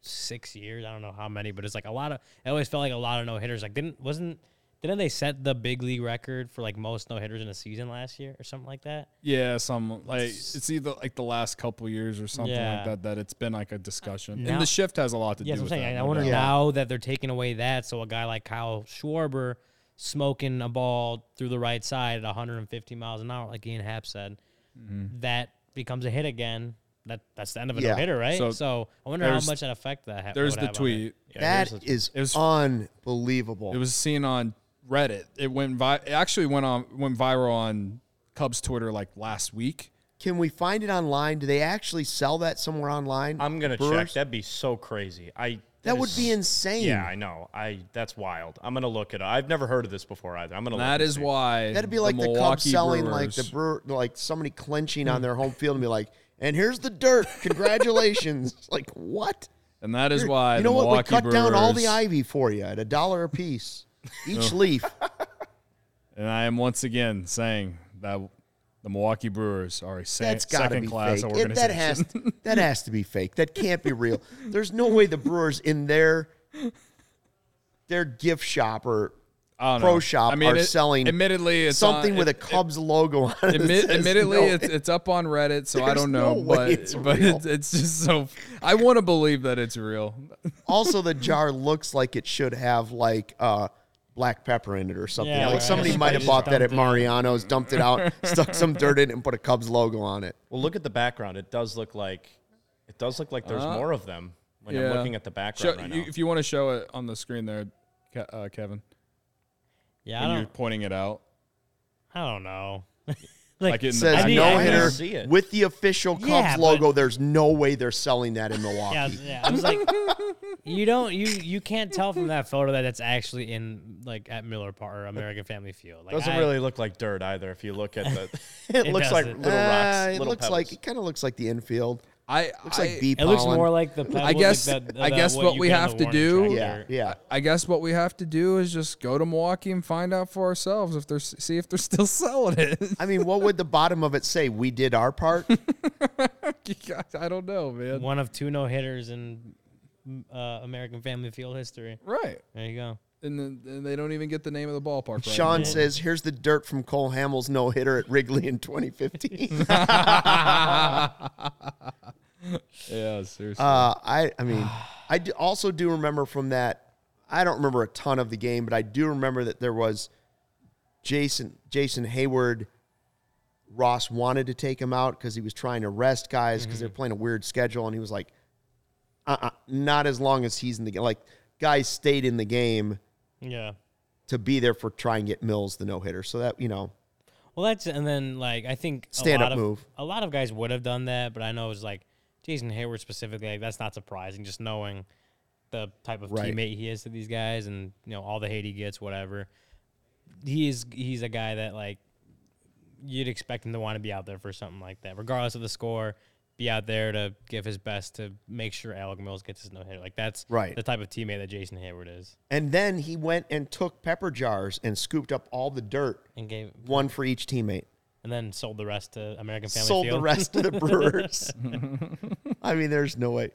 Speaker 3: six years. I don't know how many, but it's like a lot of. It always felt like a lot of no hitters. Like didn't wasn't didn't they set the big league record for like most no hitters in a season last year or something like that?
Speaker 2: yeah, some like it's either like the last couple years or something
Speaker 3: Yeah. Uh,
Speaker 2: like that that it's been like a discussion.
Speaker 3: Now-
Speaker 2: and the shift has a lot to
Speaker 3: Yeah,
Speaker 2: do
Speaker 3: that's what I'm
Speaker 2: with
Speaker 3: saying.
Speaker 2: that.
Speaker 3: I- I
Speaker 2: no
Speaker 3: wonder
Speaker 2: doubt.
Speaker 3: now that they're taking away that, so a guy like Kyle Schwarber smoking a ball through the right side at 150 miles an hour, like Ian Happ said,
Speaker 2: Mm-hmm.
Speaker 3: that becomes a hit again. That that's the end of a
Speaker 1: Yeah.
Speaker 3: no hitter, right?
Speaker 2: So
Speaker 3: So, I wonder how
Speaker 2: there's-
Speaker 3: much that effect that. ha-
Speaker 2: There's the
Speaker 3: would have on it.
Speaker 2: tweet.
Speaker 1: that is
Speaker 2: it was-
Speaker 1: unbelievable.
Speaker 2: It was seen on Reddit. It went vi- it actually went on went viral on Cubs Twitter like last week.
Speaker 1: Can we find it online? Do they actually sell that somewhere online?
Speaker 4: I'm gonna check.
Speaker 1: Brewers?
Speaker 4: That'd be so crazy. I
Speaker 1: That would
Speaker 4: is-
Speaker 1: be insane.
Speaker 4: Yeah, I know. I that's wild. I'm gonna look it up. I've never heard of this before either. I'm gonna.
Speaker 2: That
Speaker 4: look
Speaker 2: is
Speaker 4: and see.
Speaker 2: why
Speaker 1: That'd be like the, Cubs
Speaker 2: Milwaukee
Speaker 1: selling like the
Speaker 2: Brewers-
Speaker 1: brewer, like somebody clinching on their home field and be like, "And here's the dirt. Congratulations!" like what?
Speaker 2: and that is
Speaker 1: Here-
Speaker 2: why
Speaker 1: you
Speaker 2: the
Speaker 1: know what? We
Speaker 2: Milwaukee
Speaker 1: cut down all
Speaker 2: Brewers-
Speaker 1: the ivy for you at a dollar a piece each leaf.
Speaker 2: And I am once again saying that the Milwaukee Brewers are a se-
Speaker 1: That's got to be
Speaker 2: second class
Speaker 1: fake. It-
Speaker 2: organization.
Speaker 1: that has that has to be fake. That can't be real. There's no way the Brewers in their their gift shop or
Speaker 2: I don't
Speaker 1: pro
Speaker 2: know.
Speaker 1: shop
Speaker 2: I mean,
Speaker 1: are
Speaker 2: it-
Speaker 1: selling
Speaker 2: admittedly it's on-
Speaker 1: something with
Speaker 2: it-
Speaker 1: a Cubs logo on it. that
Speaker 2: Admit,
Speaker 1: says
Speaker 2: admittedly,
Speaker 1: no.
Speaker 2: it's it's up on Reddit, so I
Speaker 1: There's
Speaker 2: don't
Speaker 1: no
Speaker 2: know,
Speaker 1: way
Speaker 2: but
Speaker 1: it's
Speaker 2: but
Speaker 1: real.
Speaker 2: it's, it's just so. I want to believe that it's real.
Speaker 1: also the jar looks like it should have like uh black pepper in it or something.
Speaker 3: Yeah,
Speaker 1: like
Speaker 3: right.
Speaker 1: somebody
Speaker 3: Somebody
Speaker 1: might have
Speaker 3: just
Speaker 1: bought that at
Speaker 3: dumped it out.
Speaker 1: Mariano's, dumped it out, stuck some dirt in it, and put a Cubs logo on it.
Speaker 4: Well, look at the background. It does look like it does look like there's more of them when
Speaker 2: yeah.
Speaker 4: I'm looking at the
Speaker 2: Show,
Speaker 4: background right
Speaker 2: you-
Speaker 4: now.
Speaker 2: if you want to show it on the screen there, Ke- uh, Kevin,
Speaker 3: Yeah, I
Speaker 2: and you're
Speaker 3: don't,
Speaker 2: pointing it out.
Speaker 3: I don't know.
Speaker 2: Like
Speaker 1: It
Speaker 2: in the
Speaker 1: says
Speaker 3: I need-
Speaker 1: no
Speaker 3: I need to
Speaker 4: see
Speaker 1: hitter
Speaker 4: it.
Speaker 1: with the official Cubs
Speaker 3: Yeah, but-
Speaker 1: logo. There's no way they're selling that in Milwaukee.
Speaker 3: Yeah, I was- yeah. I was like, you don't, you you can't tell from that photo that that's actually in like at Miller Park or American Family Field. Like,
Speaker 4: doesn't
Speaker 3: I-
Speaker 4: really look like dirt either. If you look at the, it, looks like
Speaker 3: doesn't.
Speaker 4: little rocks.
Speaker 1: Uh, it
Speaker 4: little
Speaker 1: looks
Speaker 4: pebbles.
Speaker 1: like it kind of looks like the infield.
Speaker 2: I
Speaker 1: Looks
Speaker 2: I-
Speaker 1: like bee
Speaker 3: It looks
Speaker 1: pollen.
Speaker 3: more like the. Pebbles,
Speaker 2: I guess
Speaker 3: like that,
Speaker 2: I
Speaker 3: that
Speaker 2: guess what
Speaker 3: you
Speaker 2: we
Speaker 3: get on
Speaker 2: have
Speaker 3: the
Speaker 2: to do-
Speaker 3: warning track
Speaker 1: yeah,
Speaker 3: there.
Speaker 1: yeah.
Speaker 2: I guess what we have to do is just go to Milwaukee and find out for ourselves if they're s- see if they're still selling it.
Speaker 1: I mean, what would the bottom of it say? We did our part.
Speaker 2: I don't know, man.
Speaker 3: One of two no hitters in uh, American Family Field history.
Speaker 2: Right,
Speaker 3: There you go.
Speaker 2: and, then, and they don't even get the name of the ballpark. Right
Speaker 1: Sean says, "Here's the dirt from Cole Hamels no hitter at Wrigley in 2015."
Speaker 2: yeah, seriously.
Speaker 1: Uh, I I mean, I d- also do remember from that. I don't remember a ton of the game, but I do remember that there was Jason Jason Hayward. Ross wanted to take him out because he was trying to rest guys because
Speaker 2: Mm-hmm.
Speaker 1: they're playing a weird schedule, and he was like, "Uh, uh not as long as he's in the game." Like guys stayed in the game
Speaker 3: Yeah.
Speaker 1: to be there for try and get Mills the no hitter. So that you know,
Speaker 3: Well, that's and then like I think a
Speaker 1: Stand-up
Speaker 3: lot of,
Speaker 1: move.
Speaker 3: A lot of guys would have done that, but I know it was like Jason Hayward specifically. Like that's not surprising, just knowing the type of
Speaker 1: Right.
Speaker 3: teammate he is to these guys, and you know all the hate he gets, whatever. He is he's a guy that like you'd expect him to want to be out there for something like that, regardless of the score. Be out there to give his best to make sure Alec Mills gets his no hitter. Like that's
Speaker 1: Right.
Speaker 3: the type of teammate that Jason Hayward is,
Speaker 1: and then he went and took pepper jars and scooped up all the dirt,
Speaker 3: and gave
Speaker 1: one for each teammate.
Speaker 3: and then sold the rest to American Family
Speaker 1: sold
Speaker 3: Field.
Speaker 1: the rest of the Brewers. I mean, there's no way.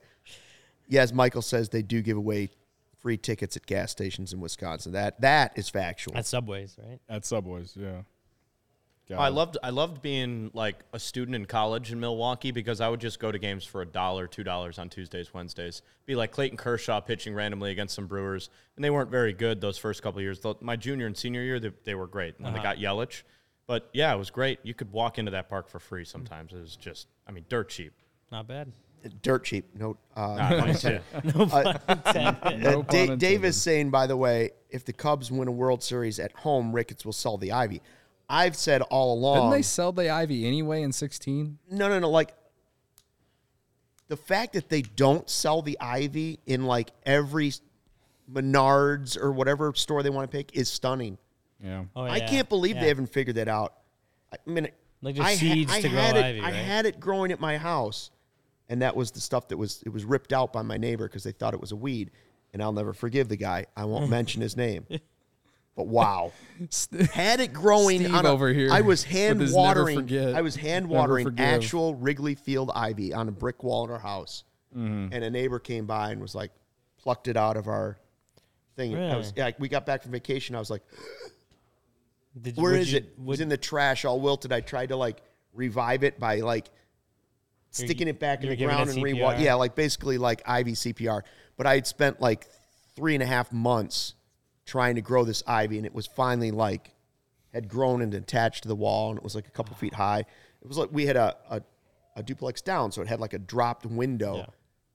Speaker 1: Yeah, as Michael says, they do give away free tickets at gas stations in Wisconsin. That that is factual.
Speaker 3: at Subways, right?
Speaker 2: At Subways, yeah. Got
Speaker 4: I
Speaker 2: it.
Speaker 4: loved I loved being like a student in college in Milwaukee because I would just go to games for a dollar, two dollars on Tuesdays, Wednesdays. Be like Clayton Kershaw pitching randomly against some Brewers, and they weren't very good those first couple of years. Though My junior and senior year, they, they were great. And then they got Yelich, but yeah, it was great. You could walk into that park for free sometimes. It was just, I mean, dirt cheap.
Speaker 3: Not bad.
Speaker 1: Dirt cheap. No. Uh,
Speaker 2: No pun
Speaker 1: Da-
Speaker 2: intended.
Speaker 1: Dave is saying, by the way, if the Cubs win a World Series at home, Ricketts will sell the Ivy. I've said all along.
Speaker 2: Didn't they sell the Ivy anyway in 16?
Speaker 1: no, no, no. Like the fact that they don't sell the Ivy in like every Menards or whatever store they want to pick is stunning.
Speaker 2: Yeah.
Speaker 3: Oh,
Speaker 1: I
Speaker 3: yeah.
Speaker 1: can't believe
Speaker 3: yeah.
Speaker 1: they haven't figured that out. I mean,
Speaker 3: Like just
Speaker 1: I
Speaker 3: seeds
Speaker 1: I
Speaker 3: to grow
Speaker 1: had it,
Speaker 3: ivy,
Speaker 1: I
Speaker 3: right?
Speaker 1: had it growing at my house, and that was the stuff that was it was ripped out by my neighbor because they thought it was a weed. And I'll never forgive the guy. I won't mention his name. But wow, had it growing
Speaker 2: Steve
Speaker 1: on a-
Speaker 2: over here
Speaker 1: I was
Speaker 2: with
Speaker 1: hand
Speaker 2: his never
Speaker 1: watering.
Speaker 2: forget,
Speaker 1: I was hand
Speaker 2: never
Speaker 1: watering
Speaker 2: forgive.
Speaker 1: actual Wrigley Field ivy on a brick wall in our house,
Speaker 3: Mm-hmm.
Speaker 1: and a neighbor came by and was like, plucked it out of our thing. I was, yeah, we got back from vacation. I was like,
Speaker 3: Did you-
Speaker 1: where
Speaker 3: would
Speaker 1: is
Speaker 3: you-
Speaker 1: it? It was
Speaker 3: would-
Speaker 1: in the trash, all wilted. I tried to like revive it by like sticking it back in
Speaker 3: you
Speaker 1: the
Speaker 3: were giving
Speaker 1: ground
Speaker 3: it
Speaker 1: and rewa-
Speaker 3: CPR?
Speaker 1: Yeah, like basically like ivy CPR. But I had spent like three and a half months trying to grow this ivy, and it was finally like had grown and attached to the wall, and it was like a couple feet high. It was like we had a a, a duplex down, so it had like a dropped window.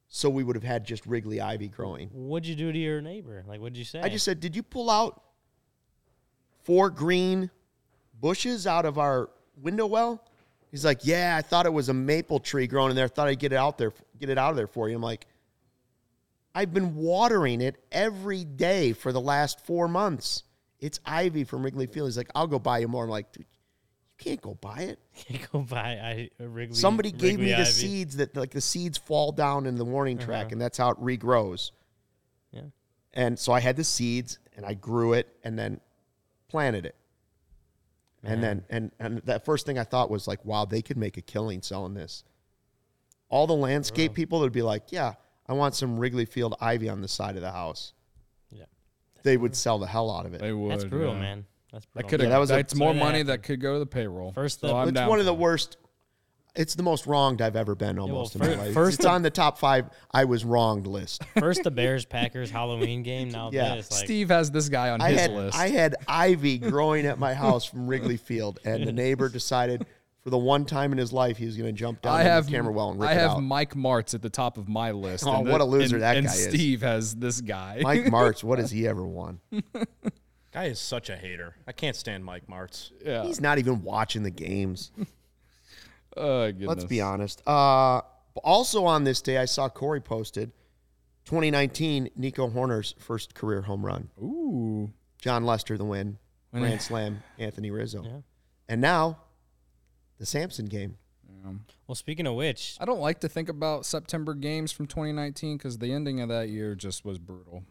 Speaker 1: So we would have had just Wrigley ivy growing.
Speaker 3: what'd you do to your neighbor? Like, what'd you say?
Speaker 1: I just said, "Did you pull out four green bushes out of our window well?" He's like, "Yeah, I thought it was a maple tree growing in there. I thought I'd get it out there, get it out of there for you." I'm like, "I've been watering it every day for the last four months. It's ivy from Wrigley Field." He's like, "I'll go buy you more." I'm like, "Dude, you can't go buy it.
Speaker 3: go buy I, uh, Wrigley.
Speaker 1: Somebody gave
Speaker 3: Wrigley
Speaker 1: me the
Speaker 3: Ivy. Uh-huh.
Speaker 1: seeds that like the seeds fall down in the warning track, and that's how it regrows."
Speaker 3: Yeah.
Speaker 1: And so I had the seeds and I grew it and then planted it. And then and and that first thing I thought was like, wow, they could make a killing selling this. All the landscape people would be like, yeah, I want some Wrigley Field ivy on the side of the house.
Speaker 3: Yeah.
Speaker 1: They would sell the hell out of it.
Speaker 2: They would.
Speaker 3: That's brutal,
Speaker 2: yeah.
Speaker 3: man. That's brutal.
Speaker 2: That could have.
Speaker 1: Oh, Yeah, that
Speaker 2: that
Speaker 1: was
Speaker 2: was
Speaker 1: a-
Speaker 2: that's more
Speaker 3: Sorry that
Speaker 2: money
Speaker 3: happened.
Speaker 2: that could go to the payroll.
Speaker 3: First
Speaker 2: so
Speaker 3: step.
Speaker 2: I'm
Speaker 1: It's
Speaker 2: down
Speaker 1: one of
Speaker 2: for
Speaker 1: the worst. It's the most wronged I've ever been almost
Speaker 3: fir-
Speaker 1: in my life.
Speaker 3: first
Speaker 1: it's on the top five I was wronged list.
Speaker 3: First the Bears Packers Halloween game. Now
Speaker 1: Yeah.
Speaker 3: this.
Speaker 2: it.
Speaker 3: Like,
Speaker 2: Steve has this guy on
Speaker 1: I
Speaker 2: his
Speaker 1: had
Speaker 2: list.
Speaker 1: I had ivy growing at my house from Wrigley Field, and the neighbor decided for the one time in his life he was going to jump down
Speaker 2: I
Speaker 1: on
Speaker 2: have
Speaker 1: the camera well and rip
Speaker 2: I
Speaker 1: it
Speaker 2: have
Speaker 1: out.
Speaker 2: Mike Martz at the top of my list.
Speaker 1: Oh,
Speaker 2: and
Speaker 1: what
Speaker 2: the-
Speaker 1: a loser
Speaker 2: and-
Speaker 1: that
Speaker 2: and
Speaker 1: guy is.
Speaker 2: Steve has this guy.
Speaker 1: Mike Martz, what has he ever won?
Speaker 4: Guy is such a hater. I can't stand Mike Martz.
Speaker 1: He's not even watching the games.
Speaker 2: Oh, goodness.
Speaker 1: Let's be honest. Uh, also on this day, I saw Corey posted 2019 Nico Horner's first career home run.
Speaker 2: Ooh.
Speaker 1: John Lester the win, grand slam. Anthony Rizzo, and now the Samson game.
Speaker 3: well, speaking of which,
Speaker 2: I don't like to think about September games from 2019 because the ending of that year just was brutal.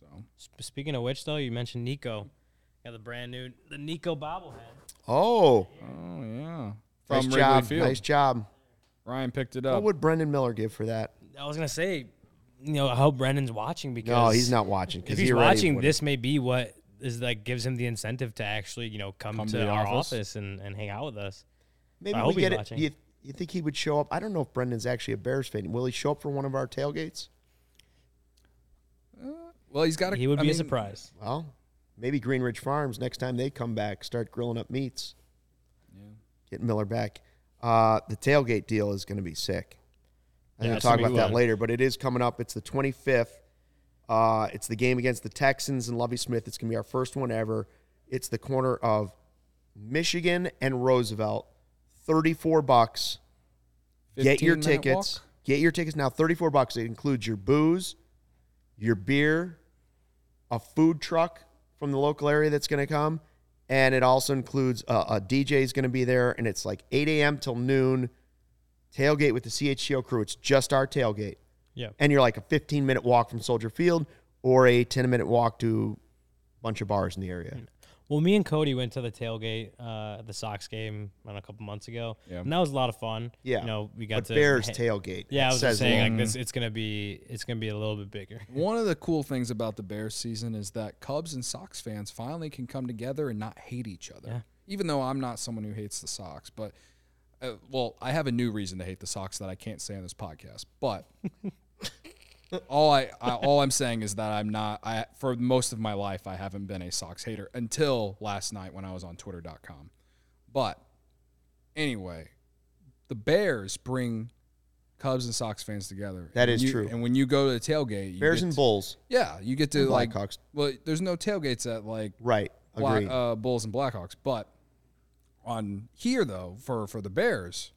Speaker 2: So
Speaker 3: sp- speaking of which though, you mentioned Nico. Got the brand new the Nico bobblehead.
Speaker 1: Oh,
Speaker 2: Oh yeah.
Speaker 1: nice
Speaker 2: From Wrigley
Speaker 1: job,
Speaker 2: Field.
Speaker 1: nice job.
Speaker 2: Ryan picked it
Speaker 1: What
Speaker 2: up.
Speaker 1: would Brendan Miller give for that?
Speaker 3: I was gonna say, you know, I hope Brendan's watching because
Speaker 1: No, he's not watching. 'cause
Speaker 3: If
Speaker 1: he
Speaker 3: he's
Speaker 1: already
Speaker 3: watching,
Speaker 1: would've-
Speaker 3: this may be what is like gives him the incentive to actually, you know, come, to,
Speaker 2: to the
Speaker 3: our
Speaker 2: office.
Speaker 3: office, and, and hang out with us.
Speaker 1: maybe
Speaker 3: I
Speaker 1: we
Speaker 3: hope he's
Speaker 1: get it.
Speaker 3: watching.
Speaker 1: You, you think he would show up? I don't know if Brendan's actually a Bears fan. Will he show up for one of our tailgates?
Speaker 2: Well, he's got.
Speaker 3: He would
Speaker 2: I
Speaker 3: be
Speaker 2: mean,
Speaker 3: a surprise.
Speaker 1: Well, maybe Green Ridge Farms next time they come back, start grilling up meats. Get Miller back. Uh, the tailgate deal is going to be sick. I'm
Speaker 3: Yeah,
Speaker 1: going
Speaker 3: it's
Speaker 1: to talk
Speaker 3: gonna
Speaker 1: about
Speaker 3: be
Speaker 1: that
Speaker 3: fun.
Speaker 1: later, but it is coming up. It's the 25th. Uh, it's the game against the Texans and Lovey Smith. It's going to be our first one ever. It's the corner of Michigan and Roosevelt. 34 bucks. Get your
Speaker 2: 15 minute
Speaker 1: tickets.
Speaker 2: walk?
Speaker 1: Get your tickets now. 34 bucks. It includes your booze, your beer, a food truck from the local area that's going to come, and it also includes uh, a DJ is going to be there, and it's like 8 a.m. till noon. Tailgate with the CHGO crew. It's just our tailgate,
Speaker 3: Yeah.
Speaker 1: and you're like a 15 minute walk from Soldier Field or a 10 minute walk to a bunch of bars in the
Speaker 3: Hmm.
Speaker 1: area.
Speaker 3: Well, me and Cody went to the tailgate uh, at the Sox game I don't know, a couple months ago,
Speaker 2: Yeah.
Speaker 3: and that was a lot of fun.
Speaker 1: Yeah,
Speaker 3: You know, we got
Speaker 1: but
Speaker 3: to
Speaker 1: Bears
Speaker 3: ha-
Speaker 1: tailgate.
Speaker 3: Yeah,
Speaker 1: It
Speaker 3: I was
Speaker 1: says
Speaker 3: just saying
Speaker 1: long.
Speaker 3: like this. It's gonna be it's gonna be a little bit bigger.
Speaker 2: One of the cool things about the Bears season is that Cubs and Sox fans finally can come together and not hate each other. Even though I'm not someone who hates the Sox, but uh, well, I have a new reason to hate the Sox that I can't say on this podcast. But all I, I all I'm saying is that I'm not. I for most of my life I haven't been a Sox hater until last night when I was on Twitter.com. But anyway, the Bears bring Cubs and Sox fans together.
Speaker 1: That
Speaker 2: That is
Speaker 1: is true.
Speaker 2: And when you go to the tailgate, you
Speaker 1: Bears
Speaker 2: get
Speaker 1: and
Speaker 2: to-
Speaker 1: Bulls.
Speaker 2: yeah, you get to
Speaker 1: And
Speaker 2: like.
Speaker 1: Blackhawks.
Speaker 2: Well, there's no tailgates at like
Speaker 1: Right.
Speaker 2: Bla-
Speaker 1: Agreed.
Speaker 2: uh, Bulls and Blackhawks, but on here though, for for the Bears,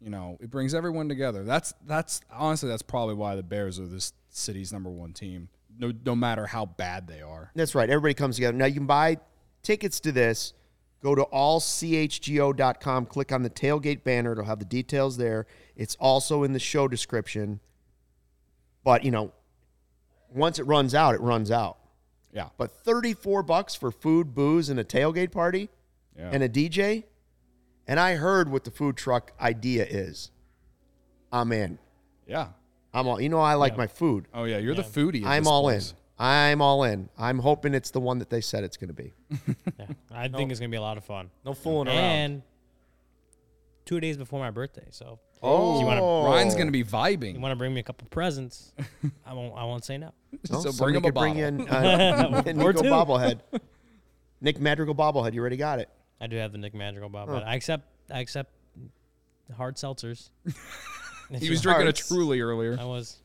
Speaker 2: you know, it brings everyone together. That's that's honestly that's probably why the Bears are this city's number one team. No, no matter how bad they are.
Speaker 1: That's right. Everybody comes together. Now you can buy tickets to this. Go to allchgo.com, click on the tailgate banner. It'll have the details there. It's also in the show description. But, you know, once it runs out, it runs out.
Speaker 2: Yeah,
Speaker 1: But 34 bucks for food, booze, and a tailgate party
Speaker 2: Yeah.
Speaker 1: and a DJ. And I heard what the food truck idea is. I'm in.
Speaker 2: yeah.
Speaker 1: I'm all, you know, I like my food.
Speaker 2: Oh yeah, you're the foodie. at
Speaker 1: I'm
Speaker 2: this
Speaker 1: all
Speaker 2: place.
Speaker 1: in. I'm all in. I'm hoping it's the one that they said it's going to be.
Speaker 3: Yeah. I think it's gonna be a lot of fun.
Speaker 4: No fooling around.
Speaker 3: And two days before my birthday, so
Speaker 1: Oh,
Speaker 3: you wanna-
Speaker 2: Ryan's gonna be
Speaker 3: you
Speaker 2: vibing.
Speaker 3: want to bring me a couple presents? I won't. I won't say no.
Speaker 1: No,
Speaker 2: so
Speaker 1: somebody
Speaker 2: bring him a
Speaker 1: could
Speaker 2: bottle.
Speaker 1: bring in uh, a Nico
Speaker 3: Or two.
Speaker 1: bobblehead. Nick Madrigal bobblehead. You already got it.
Speaker 3: I do have the Nick Madrigal Bob, but I accept I accept hard seltzers.
Speaker 2: he was drinking
Speaker 1: Hearts.
Speaker 2: a Truly earlier.
Speaker 3: I was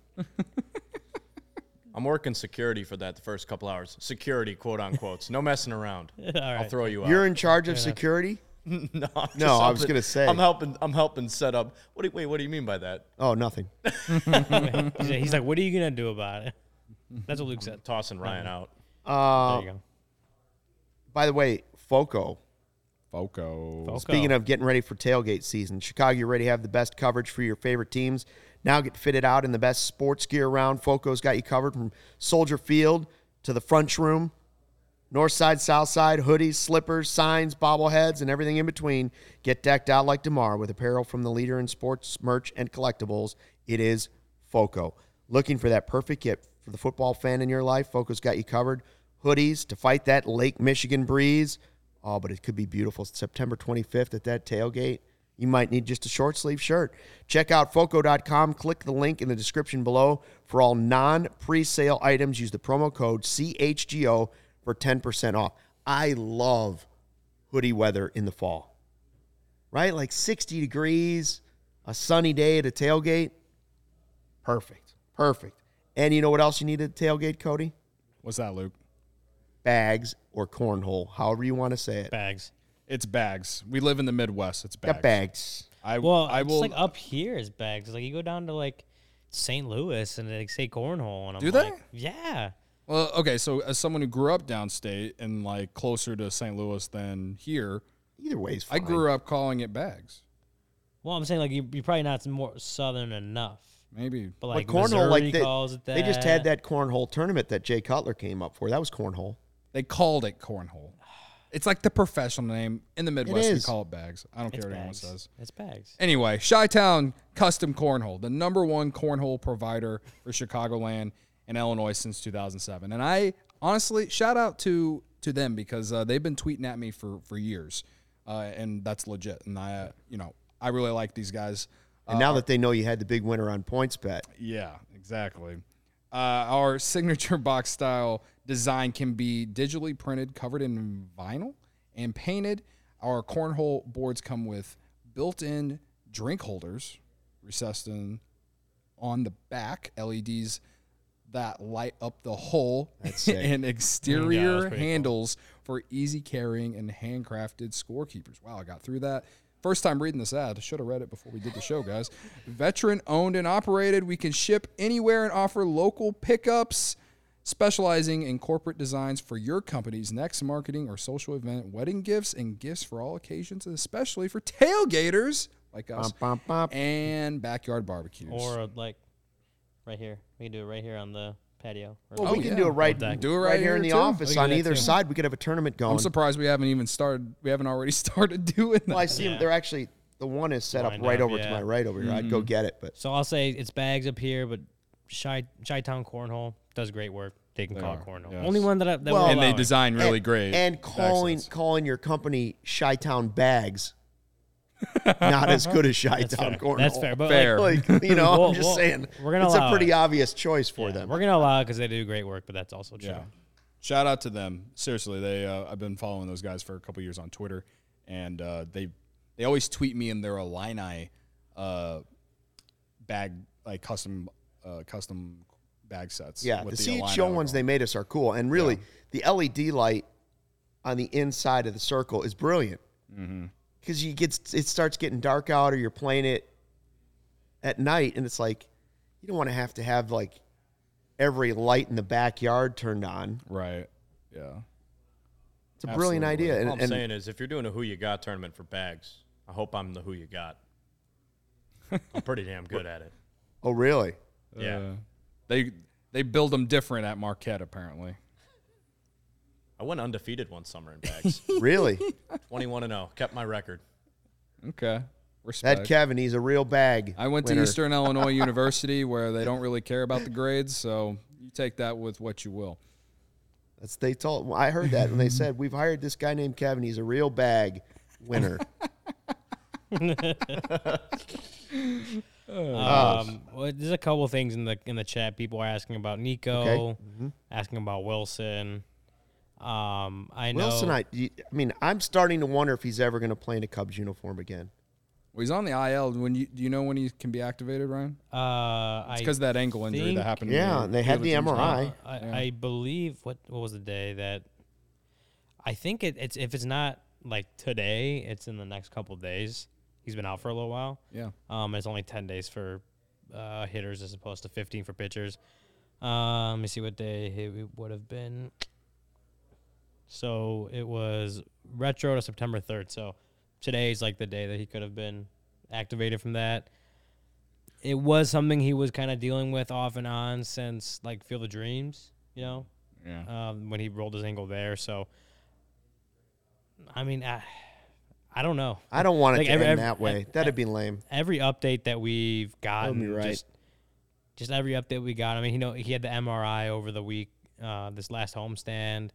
Speaker 4: I'm working security for that the first couple hours. Security, quote unquote. No messing around. I'll throw you out.
Speaker 1: You're in charge of security.
Speaker 4: no, I'm just
Speaker 1: No, I was
Speaker 4: helping-
Speaker 1: gonna say.
Speaker 4: I'm helping. I'm helping set up. What do you, wait? What do you mean by that?
Speaker 1: Oh, nothing.
Speaker 3: he's like- he's like, "What are you gonna do about it?" That's what Luke said.
Speaker 4: Tossing
Speaker 1: Mm.
Speaker 4: Ryan out.
Speaker 1: Oh,
Speaker 3: There you go.
Speaker 1: By the way, Foco.
Speaker 2: Foco.
Speaker 3: Foco.
Speaker 1: Speaking of getting ready for tailgate season, Chicago, you already have the best coverage for your favorite teams. Now get fitted out in the best sports gear around. Foco's got you covered from Soldier Field to the French Room, North Side, South Side, hoodies, slippers, signs, bobbleheads, and everything in between. Get decked out like DeMar with apparel from the leader in sports merch and collectibles. It is Foco. Looking for that perfect gift for the football fan in your life? Foco's got you covered. Hoodies to fight that Lake Michigan breeze. Oh, but it could be beautiful. It's September 25th at that tailgate. You might need just a short sleeve shirt. Check out foco.com. Click the link in the description below for all non pre sale items. Use the promo code CHGO for 10% off. I love hoodie weather in the fall, right? Like 60 degrees, a sunny day at a tailgate. Perfect. Perfect. And you know what else you need at a tailgate, Cody?
Speaker 2: What's that, Luke?
Speaker 1: Bags or cornhole, however you want to say it.
Speaker 3: bags.
Speaker 2: It's bags. We live in the Midwest. It's bags.
Speaker 1: Got bags.
Speaker 2: I
Speaker 3: Well,
Speaker 2: I
Speaker 3: it's
Speaker 2: will
Speaker 3: like up here is bags. Like you go down to like St. Louis and they like, say cornhole, and I'm
Speaker 2: Do
Speaker 3: like,
Speaker 2: they?
Speaker 3: yeah,
Speaker 2: Well, okay, so as someone who grew up downstate and like closer to St. Louis than here,
Speaker 1: Either way is
Speaker 2: I
Speaker 1: fine.
Speaker 2: grew up calling it bags.
Speaker 3: Well, I'm saying like you, you're probably not more southern enough,
Speaker 2: Maybe.
Speaker 3: but
Speaker 1: But
Speaker 3: like
Speaker 1: cornhole,
Speaker 3: Missouri
Speaker 1: like they,
Speaker 3: calls it that.
Speaker 1: they just had that cornhole tournament that Jay Cutler came up for. That was cornhole.
Speaker 2: They called it cornhole. It's like the professional name in the Midwest. We
Speaker 1: is.
Speaker 2: call it bags. I don't
Speaker 3: It's
Speaker 2: care what anyone
Speaker 3: bags.
Speaker 2: says.
Speaker 3: It's bags.
Speaker 2: Anyway, Chi Town Custom Cornhole, the number one cornhole provider for Chicagoland and Illinois since 2007. And I honestly shout out to to them because uh, they've been tweeting at me for for years, uh, and that's legit. And I, uh, you know, I really like these guys.
Speaker 1: And
Speaker 3: Uh-huh.
Speaker 1: now that they know you had the big winner on points bet,
Speaker 2: Yeah, exactly. Uh, our signature box style design can be digitally printed, covered in vinyl, and painted. Our cornhole boards come with built in drink holders, recessed in on the back, E LEDs that light up the hole,
Speaker 1: sick.
Speaker 2: and exterior handles for easy carrying and handcrafted scorekeepers. Wow, I got through that. First time reading this ad. I should have read it before we did the show, guys. Veteran owned and operated. We can ship anywhere and offer local pickups, specializing in corporate designs for your company's next marketing or social event, wedding gifts, and gifts for all occasions, especially for tailgaters like us
Speaker 1: Bum, bum, bum.
Speaker 2: and backyard barbecues.
Speaker 3: Or like right here, we can do it right here on the patio. Or
Speaker 1: well,
Speaker 2: Oh,
Speaker 1: we can
Speaker 2: yeah.
Speaker 1: do it right,
Speaker 3: Well,
Speaker 2: do it right
Speaker 1: here, in the
Speaker 2: here, too.
Speaker 1: office
Speaker 3: We can
Speaker 1: on
Speaker 3: do Oh, that,
Speaker 1: either
Speaker 3: too.
Speaker 1: side. We could have a tournament going.
Speaker 2: I'm surprised we haven't even started. We haven't already started doing that.
Speaker 1: Well, I see
Speaker 3: Yeah.
Speaker 1: they're actually the one is set up
Speaker 3: Lined
Speaker 1: right
Speaker 3: up,
Speaker 1: over to
Speaker 3: yeah.
Speaker 1: my right over here. I'd
Speaker 2: Mm-hmm.
Speaker 1: go get it, but
Speaker 3: so I'll say it's bags up here, but Chi Chi Town Cornhole does great work. They can call it
Speaker 2: are,
Speaker 3: cornhole.
Speaker 2: yes.
Speaker 3: Only one that I, that
Speaker 1: Well-
Speaker 3: we're
Speaker 2: and they
Speaker 3: allowing.
Speaker 2: design really
Speaker 1: and,
Speaker 2: great.
Speaker 1: And calling
Speaker 2: accents.
Speaker 1: calling your company Chi Town Bags, not as good as Chi Town Cornhole.
Speaker 3: That's fair, but
Speaker 2: Fair.
Speaker 3: Like,
Speaker 1: Like, you know,
Speaker 3: Well,
Speaker 1: I'm just
Speaker 3: well,
Speaker 1: saying,
Speaker 3: we're gonna
Speaker 1: it's a
Speaker 3: allow
Speaker 1: pretty
Speaker 3: it.
Speaker 1: obvious choice for
Speaker 3: yeah,
Speaker 1: them.
Speaker 3: we're gonna allow because they do great work, but that's also true.
Speaker 2: yeah. Shout out to them. Seriously, they uh, I've been following those guys for a couple years on Twitter, and uh, they they always tweet me in their Illini uh, bag like custom uh, custom bag sets.
Speaker 1: yeah, the,
Speaker 2: with
Speaker 1: CHO
Speaker 2: Illini
Speaker 1: ones
Speaker 2: logo.
Speaker 1: they made us are cool, and really the LED light on the inside of the circle is brilliant because you get it starts getting dark out, or you're playing it at night, and it's like you don't want to have to have like every light in the backyard turned on.
Speaker 2: right. Yeah.
Speaker 1: It's a brilliant
Speaker 2: Absolutely.
Speaker 1: idea,
Speaker 4: All
Speaker 1: and,
Speaker 4: I'm
Speaker 1: and
Speaker 4: saying is, if you're doing a Who You Got tournament for bags, I hope I'm the Who You Got. I'm pretty damn good at it.
Speaker 1: oh really?
Speaker 4: Yeah.
Speaker 2: Uh, they they build them different at Marquette apparently.
Speaker 4: I went undefeated one summer in bags,
Speaker 1: Really?
Speaker 4: 21 and 0. Kept my record.
Speaker 2: Okay. Respect.
Speaker 1: That Kevin, he's a real bag.
Speaker 2: I went
Speaker 1: winner.
Speaker 2: to Eastern Illinois University where they don't really care about the grades, so you take that with what you will.
Speaker 1: That's they told. I heard that when they said we've hired this guy named Kevin. He's a real bag winner.
Speaker 3: Um, well, there's a couple things in the in the chat. People are asking about Nico,
Speaker 1: Okay. Mm-hmm.
Speaker 3: asking about Wilson. Um, I know
Speaker 1: Wilson, I, I mean, I'm starting to wonder if he's ever going to play in a Cubs uniform again.
Speaker 2: Well, he's on the IL. When you do you know when he can be activated, Ryan?
Speaker 3: Uh,
Speaker 2: It's because that ankle injury that
Speaker 3: think-
Speaker 2: happened.
Speaker 1: Yeah,
Speaker 2: to
Speaker 1: and they had the
Speaker 3: I,
Speaker 1: MRI.
Speaker 3: I, I believe what what was the day that I think it, it's if it's not like today, it's in the next couple of days. He's been out for a little while.
Speaker 2: Yeah,
Speaker 3: Um, it's only ten days for uh, hitters as opposed to fifteen for pitchers. Um, let me see what day it would have been. So it was retro to September third. So today's like the day that he could have been activated from that. It was something he was kind of dealing with off and on since like Field of Dreams, you know,
Speaker 2: yeah.
Speaker 3: um, when he rolled his ankle there. So, I mean, I, I don't know
Speaker 1: I don't want it
Speaker 3: Like,
Speaker 1: to
Speaker 3: every-
Speaker 1: end
Speaker 3: every-
Speaker 1: that way. That'd be lame.
Speaker 3: every update that we've gotten
Speaker 1: right.
Speaker 3: just just every update we got. I mean, you know, he had the MRI over the week, uh, this last homestand,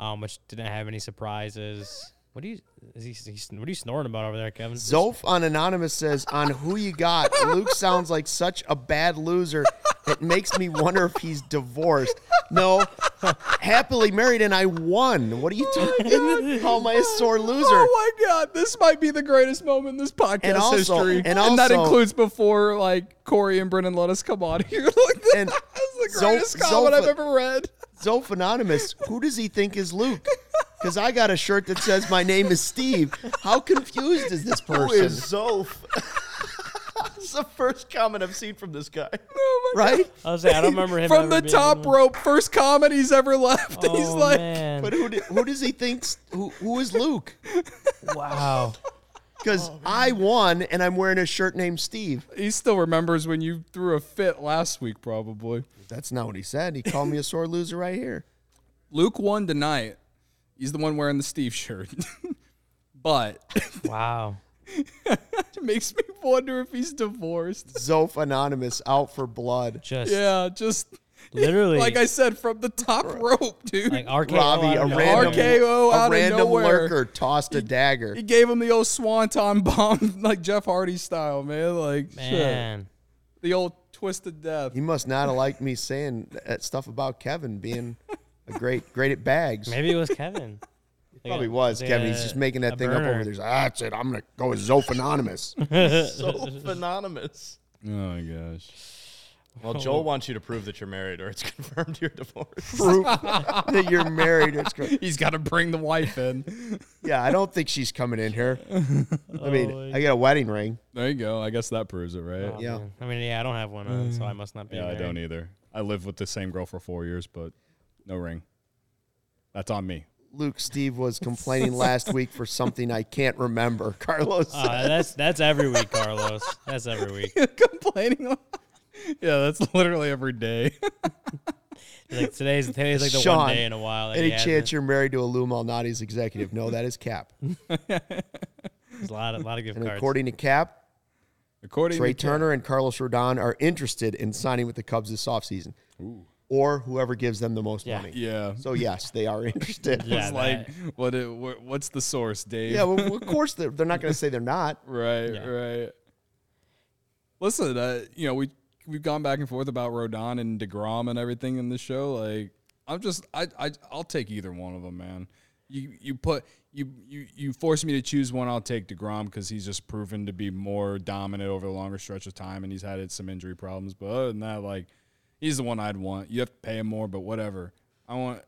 Speaker 3: um, which didn't have any surprises. What do you is he, he's- what are you snoring about over there, Kevin?
Speaker 1: Zoph on Anonymous says, on who you got, Luke sounds like such a bad loser. It makes me wonder if he's divorced. No, happily married, and I won. What are you talking? How am I a sore loser?
Speaker 2: Oh my god, this might be the greatest moment in this podcast
Speaker 1: And also-
Speaker 2: history.
Speaker 1: and
Speaker 2: that
Speaker 1: also-
Speaker 2: includes before like Corey and Brennan let us come on here. like that
Speaker 1: And
Speaker 2: was the
Speaker 1: Zo-
Speaker 2: greatest comment I've
Speaker 1: Zofa-
Speaker 2: ever read.
Speaker 1: Zoph Anonymous, who does he think is Luke? Because I got a shirt that says my name is Steve. How confused is this person?
Speaker 4: Who is Zoph? That's the first comment I've seen from this guy.
Speaker 2: Oh
Speaker 1: right?
Speaker 3: I was like, I don't remember him
Speaker 2: From
Speaker 3: ever
Speaker 2: the
Speaker 3: being
Speaker 2: top
Speaker 3: one.
Speaker 2: rope, first comment he's ever left.
Speaker 3: Oh,
Speaker 2: he's like
Speaker 3: man.
Speaker 1: But who, do, who does he think? Who, who is Luke?
Speaker 3: wow.
Speaker 1: Because
Speaker 4: Oh,
Speaker 1: I won, and I'm wearing a shirt named Steve.
Speaker 2: he still remembers when you threw a fit last week, probably.
Speaker 1: That's not what he said. He called me a sore loser right here.
Speaker 2: Luke won tonight. He's the one wearing the Steve shirt. but
Speaker 3: Wow.
Speaker 2: it makes me wonder if he's divorced.
Speaker 1: Zoph Anonymous out for blood.
Speaker 3: Just
Speaker 2: Yeah, just
Speaker 3: literally
Speaker 2: like I said, from the top rope, dude.
Speaker 3: like RKO
Speaker 1: Robbie,
Speaker 3: out
Speaker 1: a
Speaker 3: of nowhere.
Speaker 1: random,
Speaker 2: RKO out
Speaker 1: a
Speaker 2: of
Speaker 1: random
Speaker 2: nowhere.
Speaker 1: lurker tossed a dagger.
Speaker 2: He gave him the old swanton bomb, like Jeff Hardy style, man. Like shit.
Speaker 3: Man.
Speaker 2: the old twisted death.
Speaker 1: He must not have liked me saying that stuff about Kevin being a great, great at bags.
Speaker 3: Maybe it was Kevin.
Speaker 1: Probably was
Speaker 3: like uh,
Speaker 1: Kevin.
Speaker 3: a-
Speaker 1: He's just making
Speaker 3: a
Speaker 1: that thing up
Speaker 3: burner.
Speaker 1: over there. He's like, ah, that's it. I'm gonna go with Zoph Anonymous.
Speaker 4: Zoph anonymous.
Speaker 2: Oh my gosh.
Speaker 4: Well, Joel wants you to prove that you're married, or it's confirmed you're divorced.
Speaker 1: Proof that you're married. It's great.
Speaker 2: He's got to bring the wife in.
Speaker 1: Yeah, I don't think she's coming in here. I mean, I got a wedding ring.
Speaker 2: There you go. I guess that proves it, right?
Speaker 3: Oh,
Speaker 1: Yeah.
Speaker 3: man. I mean, yeah, I don't have one on, so I must not be.
Speaker 2: Mm. Yeah, I
Speaker 3: married.
Speaker 2: don't either. I lived with the same girl for four years, but no ring. That's on me.
Speaker 1: Luke Steve was complaining last week for something I can't remember. Carlos, said.
Speaker 3: Uh, that's that's every week, Carlos. That's every week.
Speaker 2: Complaining. yeah, that's literally every day.
Speaker 3: Like today's today's like the
Speaker 1: Sean,
Speaker 3: one day in a while. That
Speaker 1: any
Speaker 3: he hasn't.
Speaker 1: chance you're married to a Lou Malnati's executive? No, that is Cap.
Speaker 3: There's a lot of, lot of gift
Speaker 1: And
Speaker 3: cards.
Speaker 1: according to Cap,
Speaker 2: According
Speaker 1: Trey
Speaker 2: to
Speaker 1: Turner and Carlos Rodon are interested in signing with the Cubs this offseason. Or whoever gives them the most
Speaker 3: Yeah.
Speaker 1: money.
Speaker 2: Yeah.
Speaker 1: So yes, they are interested.
Speaker 3: Yeah,
Speaker 2: It's
Speaker 3: that-
Speaker 2: like what? It, wh- what's the source, Dave?
Speaker 1: Yeah, well, of course they're, they're not going to say they're not.
Speaker 2: Right,
Speaker 3: Yeah.
Speaker 2: right. Listen, uh, you know, we we've gone back and forth about Rodon and DeGrom and everything in this show. Like, I'm just I I I'll take either one of them, man. You you put you you you force me to choose one. I'll take DeGrom because he's just proven to be more dominant over the longer stretch of time, and he's had some injury problems. But other than that, like, he's the one I'd want. You have to pay him more, but whatever. I want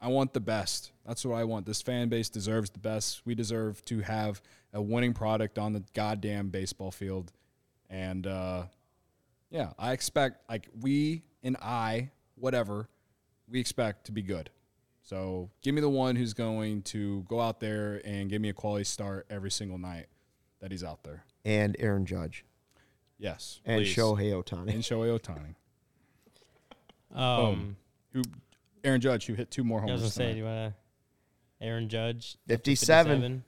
Speaker 2: I want the best. That's what I want. This fan base deserves the best. We deserve to have a winning product on the goddamn baseball field. And uh, yeah, I expect like we and I, whatever, we expect to be good. So give me the one who's going to go out there and give me a quality start every single night that he's out there.
Speaker 1: And Aaron Judge
Speaker 2: Yes.
Speaker 1: and
Speaker 2: please.
Speaker 1: Shohei Otani.
Speaker 2: and Shohei Otani.
Speaker 3: um,
Speaker 2: Who Aaron Judge who hit two more
Speaker 3: I was
Speaker 2: homers.
Speaker 3: gonna say,
Speaker 2: tonight.
Speaker 3: do you want to Aaron Judge? up to
Speaker 1: 57.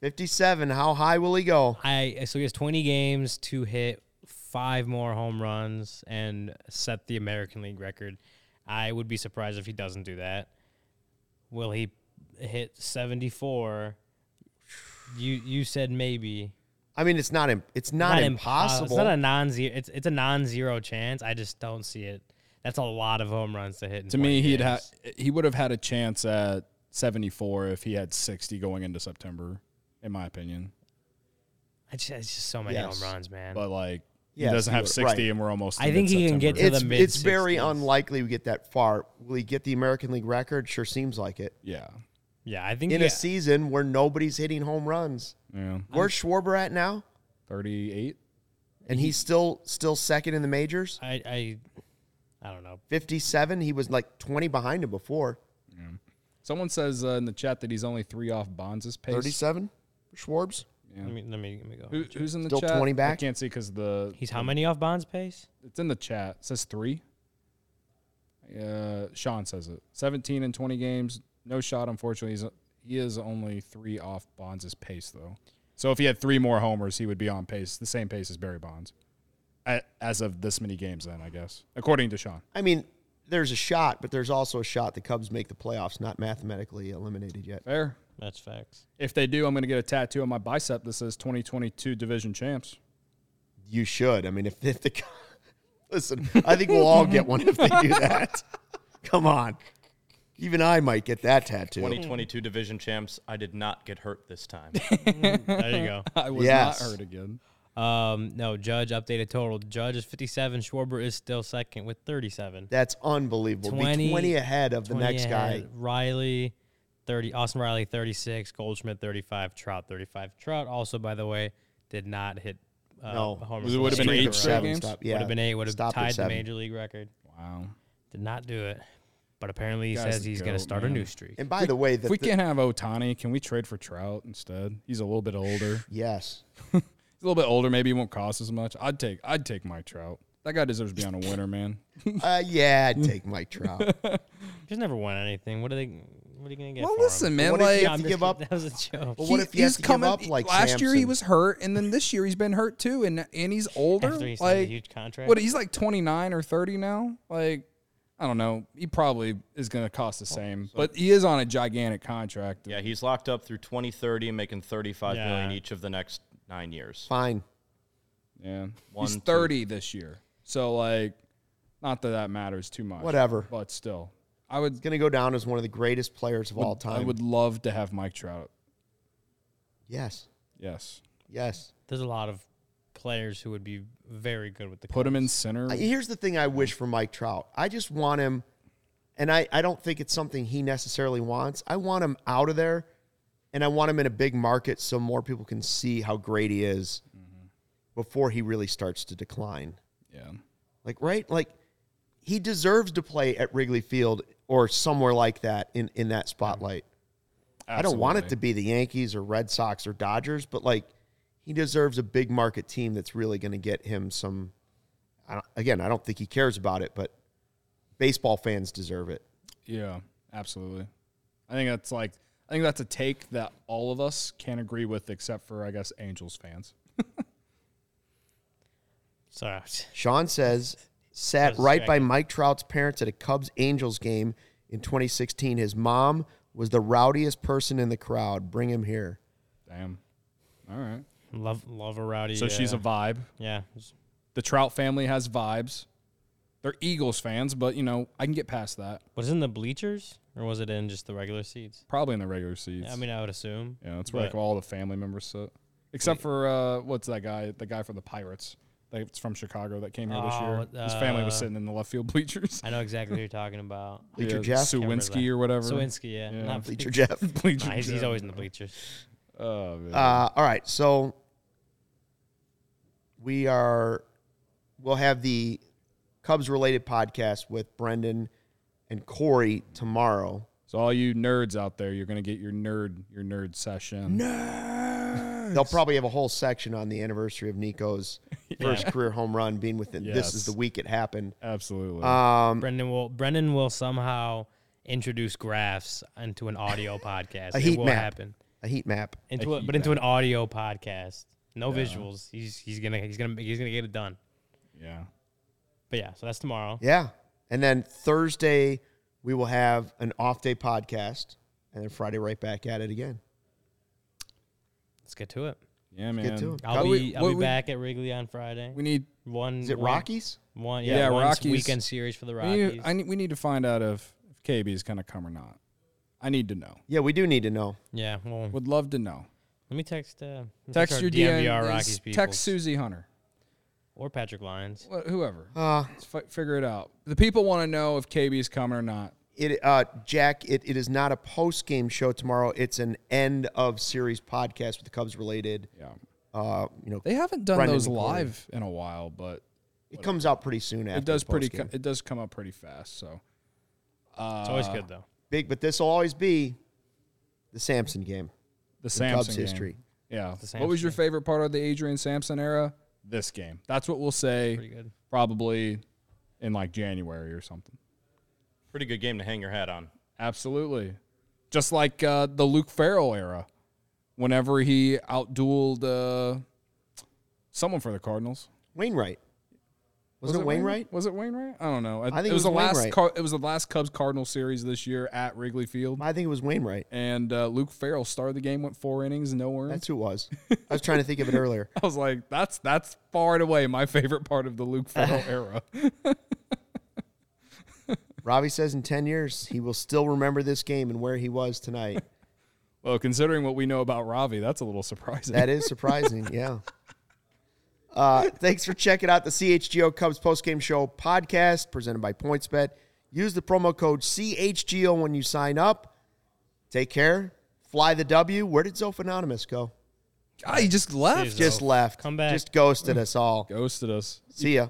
Speaker 1: 57, how high will he go?
Speaker 3: I so he has 20 games to hit five more home runs and set the American League record. I would be surprised if he doesn't do that. Will he hit 74? You you said maybe.
Speaker 1: I mean, it's not im- it's not, impossible.
Speaker 3: It's not a non-zero. It's it's a non-zero chance. I just don't see it. That's a lot of home runs to hit. In
Speaker 2: To me,
Speaker 3: 20
Speaker 2: he'd ha-
Speaker 3: games.
Speaker 2: he would have had a chance at 74 if he had 60 going into September, in my opinion.
Speaker 3: I just, it's just so many
Speaker 1: Yes.
Speaker 3: home runs, man.
Speaker 2: But like
Speaker 1: Yes,
Speaker 2: he doesn't
Speaker 1: he
Speaker 2: have
Speaker 1: would-
Speaker 2: 60,
Speaker 1: right.
Speaker 2: and we're almost.
Speaker 3: I
Speaker 2: to
Speaker 3: think he can
Speaker 2: mid-September.
Speaker 3: get to the
Speaker 1: it's,
Speaker 3: mid
Speaker 1: it's very
Speaker 3: 60s.
Speaker 1: unlikely we get that far. Will he get the American League record? Sure seems like it.
Speaker 2: yeah,
Speaker 3: yeah, I think
Speaker 1: In
Speaker 3: yeah,
Speaker 1: a season where nobody's hitting home runs.
Speaker 2: yeah,
Speaker 1: Where's Schwarber at now?
Speaker 2: 38.
Speaker 1: And he's still still second in the majors?
Speaker 3: I, I I don't know.
Speaker 1: 57, he was like 20 behind him before.
Speaker 2: Someone says uh, in the chat that he's only three off Bonds' pace.
Speaker 1: 37 for Schwarbs?
Speaker 3: Let me let me let me go.
Speaker 2: Who, who's in the
Speaker 1: Still
Speaker 2: chat?
Speaker 1: 20
Speaker 2: I
Speaker 1: back?
Speaker 2: can't see because the
Speaker 3: He's how many off Bonds pace?
Speaker 2: it's in the chat. It says three. Uh, Sean says it. 17 in 20 games, no shot. Unfortunately, he's he is only three off Bonds' pace though. So if he had three more homers, he would be on pace, the same pace as Barry Bonds. a- as of this many games. Then I guess according to Sean.
Speaker 1: I mean, there's a shot, but there's also a shot the Cubs make the playoffs, not mathematically eliminated yet.
Speaker 2: Fair.
Speaker 3: That's facts.
Speaker 2: If they do, I'm going to get a tattoo on my bicep that says 2022 Division Champs.
Speaker 1: You should. I mean, if, if the listen, I think we'll all get one if they do that. Come on, even I might get that tattoo.
Speaker 4: 2022 division champs. I did not get hurt this time.
Speaker 3: There you go.
Speaker 2: I was
Speaker 1: Yes.
Speaker 2: not hurt again.
Speaker 3: Um, no, Judge updated total. Judge is 57. Schwarber is still second with 37.
Speaker 1: That's unbelievable.
Speaker 3: 20
Speaker 1: Be twenty ahead of the
Speaker 3: 20
Speaker 1: next guy.
Speaker 3: ahead. Riley, 30. Austin Riley, 36. Goldschmidt, 35. Trout, 35. Trout also, by the way, did not hit. Uh,
Speaker 1: No.
Speaker 3: home
Speaker 2: It would have been
Speaker 1: Streak
Speaker 2: eight
Speaker 1: of
Speaker 2: straight
Speaker 1: seven
Speaker 2: games.
Speaker 1: stop- Yeah,
Speaker 3: Would have been eight. Would have
Speaker 1: stopped at
Speaker 3: tied the
Speaker 1: seven.
Speaker 3: major league record.
Speaker 2: Wow.
Speaker 3: Did not do it. But apparently he
Speaker 2: Guy's
Speaker 3: says
Speaker 2: the
Speaker 3: he's going to
Speaker 2: goat,
Speaker 3: start
Speaker 2: man.
Speaker 3: a new streak.
Speaker 1: And by the way, the,
Speaker 2: If we
Speaker 1: the-
Speaker 2: can't have Otani, can we trade for Trout instead? He's a little bit older.
Speaker 1: yes,
Speaker 2: He's a little bit older. Maybe he won't cost as much. I'd take. I'd take Mike Trout. That guy deserves to be on a winner, man.
Speaker 1: uh, yeah, I'd take Mike Trout.
Speaker 3: He's never won anything. What are they? What are you going to get?
Speaker 2: Well,
Speaker 3: for
Speaker 2: listen,
Speaker 3: him?
Speaker 2: man.
Speaker 1: What if
Speaker 2: Like
Speaker 1: you have to give up?
Speaker 3: That was a joke.
Speaker 1: But what
Speaker 2: he-
Speaker 1: if you have to give up like
Speaker 2: last year he
Speaker 1: Samson?
Speaker 2: was hurt, and then this year he's been hurt too, and and he's older.
Speaker 3: After he signed a
Speaker 2: like
Speaker 3: huge contract.
Speaker 2: What he's like twenty nine or thirty now. Like I don't know. He probably is going to cost
Speaker 3: Oh,
Speaker 2: the same, but he is on a gigantic contract.
Speaker 4: yeah, he's locked up through 2030 and making thirty-five million
Speaker 3: Yeah.
Speaker 4: each of the next nine years.
Speaker 1: Fine.
Speaker 2: Yeah.
Speaker 4: One,
Speaker 2: he's
Speaker 4: two.
Speaker 2: 30 this year. So, like, not that that matters too much.
Speaker 1: Whatever.
Speaker 2: But still, I would,
Speaker 1: Going to go down as one of the greatest players of all time.
Speaker 2: I would love to have Mike Trout.
Speaker 1: Yes.
Speaker 2: Yes.
Speaker 1: Yes.
Speaker 3: There's a lot of players who would be very good with the.
Speaker 2: Put him in
Speaker 3: Cubs.
Speaker 2: center.
Speaker 1: I- Here's the thing I wish for Mike Trout. I just want him, and I, I don't think it's something he necessarily wants. I want him out of there, and I want him in a big market so more people can see how great he is
Speaker 2: Mm-hmm.
Speaker 1: before he really starts to decline.
Speaker 2: yeah.
Speaker 1: Like, right? Like, he deserves to play at Wrigley Field or somewhere like that in, in that spotlight. I don't want it to
Speaker 2: Absolutely.
Speaker 1: be the Yankees or Red Sox or Dodgers, but like he deserves a big market team that's really going to get him some. I don't, again, I don't think he cares about it, but baseball fans deserve it.
Speaker 2: Yeah. Absolutely. I think that's like, I think that's a take that all of us can agree with, except for, I guess, Angels fans.
Speaker 3: Sorry.
Speaker 1: Sean says, sat
Speaker 3: Just
Speaker 1: right by Mike Trout's parents at a Cubs Angels game in 2016. His mom was the rowdiest person in the crowd. Bring him here.
Speaker 2: Damn. All right.
Speaker 3: Love love a rowdy.
Speaker 2: So she's a
Speaker 3: uh,
Speaker 2: vibe.
Speaker 3: yeah.
Speaker 2: The Trout family has vibes. They're Eagles fans, but, you know, I can get past that.
Speaker 3: Was it in the bleachers or was it in just the regular seats?
Speaker 2: Probably in the regular seats.
Speaker 3: I mean, I would assume.
Speaker 2: Yeah, that's where like
Speaker 3: But-
Speaker 2: all the family members sit, except for uh, what's that guy? The guy from the Pirates that's from Chicago that came here this year.
Speaker 3: Oh,
Speaker 2: His family was
Speaker 3: uh,
Speaker 2: sitting in the left field bleachers.
Speaker 3: I know exactly who you're talking about.
Speaker 1: Bleacher
Speaker 2: yeah,
Speaker 1: Jeff?
Speaker 2: Suwinski or whatever.
Speaker 3: Sawinski, yeah.
Speaker 2: Yeah.
Speaker 3: Not
Speaker 1: Bleacher Jeff.
Speaker 2: Bleacher
Speaker 3: Nah, he's, he's
Speaker 2: Jeff.
Speaker 3: always in the bleachers.
Speaker 2: Oh, man.
Speaker 1: Uh, all right, so we are we'll have the Cubs related podcast with Brendan and Corey tomorrow.
Speaker 2: so all you nerds out there, you're gonna get your nerd your nerd session.
Speaker 1: They'll probably have a whole section on the anniversary of Nico's first career home run being within. This is
Speaker 2: Yes.
Speaker 1: the week it happened. Um,
Speaker 2: Absolutely.
Speaker 1: Uh,
Speaker 3: Brendan will Brendan will somehow introduce graphs into an audio podcast.
Speaker 1: A
Speaker 3: it
Speaker 1: heat
Speaker 3: will
Speaker 1: map.
Speaker 3: happen.
Speaker 1: A heat map.
Speaker 3: Into a, but into an audio podcast. No visuals. He's he's gonna he's gonna he's gonna get it done.
Speaker 2: yeah.
Speaker 3: But yeah, so that's tomorrow.
Speaker 1: Yeah, and then Thursday we will have an off day podcast, and then Friday right back at it again.
Speaker 3: Let's get to it.
Speaker 2: Yeah, man.
Speaker 1: get to it.
Speaker 3: I'll
Speaker 2: How
Speaker 3: be
Speaker 2: we-
Speaker 3: I'll
Speaker 2: what
Speaker 3: be
Speaker 2: we-
Speaker 3: back at Wrigley on Friday.
Speaker 2: We need.
Speaker 3: One
Speaker 1: Is it
Speaker 3: one-
Speaker 1: Rockies?
Speaker 3: One yeah,
Speaker 2: Yeah,
Speaker 3: one
Speaker 2: Rockies.
Speaker 3: weekend series for the
Speaker 2: We need,
Speaker 3: Rockies.
Speaker 2: I need, we need to find out if, if KB is gonna come or not. I need to know.
Speaker 1: Yeah, we do need to know.
Speaker 3: yeah, well,
Speaker 2: Would love to know.
Speaker 3: let me text uh, let me
Speaker 2: Text
Speaker 3: our
Speaker 2: your DM,
Speaker 3: DMVR Rockies people
Speaker 2: text Susie Hunter.
Speaker 3: or Patrick Lyons.
Speaker 2: Wh- Whoever.
Speaker 1: Uh,
Speaker 2: Let's fi- figure it out. The people want to know if KB is coming or not.
Speaker 1: it uh jack it, it is not a post game show tomorrow it's an end of series podcast with the cubs related
Speaker 2: Yeah.
Speaker 1: uh you know
Speaker 2: They haven't done
Speaker 1: Brendan
Speaker 2: those
Speaker 1: and Corey.
Speaker 2: live in a while, but
Speaker 1: it comes out pretty soon after
Speaker 2: it does
Speaker 1: the
Speaker 2: pretty.
Speaker 1: postgame.
Speaker 2: Co- it does come up pretty fast. So
Speaker 3: It's always
Speaker 2: Uh,
Speaker 3: good though.
Speaker 1: big but this will always be the samson game
Speaker 2: the Samson
Speaker 1: Cubs
Speaker 2: game.
Speaker 1: history.
Speaker 2: Yeah.
Speaker 3: The
Speaker 2: what was your
Speaker 3: Samson.
Speaker 2: favorite part of the Adrian Sampson era? This game. That's what we'll say.
Speaker 3: Pretty good.
Speaker 2: Probably in like January or something.
Speaker 4: Pretty good game to hang your hat on.
Speaker 2: Absolutely. Just like uh, the Luke Farrell era, whenever he outdueled uh, someone for the Cardinals.
Speaker 1: wainwright Wasn't it Wainwright?
Speaker 2: Was it Wainwright? I don't know. I,
Speaker 1: think
Speaker 2: it was, the last.
Speaker 1: Wainwright.
Speaker 2: Car, it was the last Cubs Cardinal series this year at Wrigley Field,
Speaker 1: I think it was Wainwright.
Speaker 2: and uh, Luke Farrell started the game, went four innings, no earned.
Speaker 1: That's who it was. I was trying to think of it earlier.
Speaker 2: I was like, that's that's far and away my favorite part of the Luke Farrell era.
Speaker 1: Robbie says in 10 years, he will still remember this game and where he was tonight.
Speaker 2: Well, considering what we know about Ravi, that's a little surprising.
Speaker 1: That is surprising. yeah. Uh, thanks for checking out the CHGO Cubs postgame show podcast presented by PointsBet. Use the promo code CHGO when you sign up. Take care. Fly the W. Where did Zophanonymous go?
Speaker 2: God, Ah, he just left.
Speaker 3: Jeez.
Speaker 1: Just left.
Speaker 3: Come back.
Speaker 1: Just ghosted us all.
Speaker 2: Ghosted us.
Speaker 1: See ya.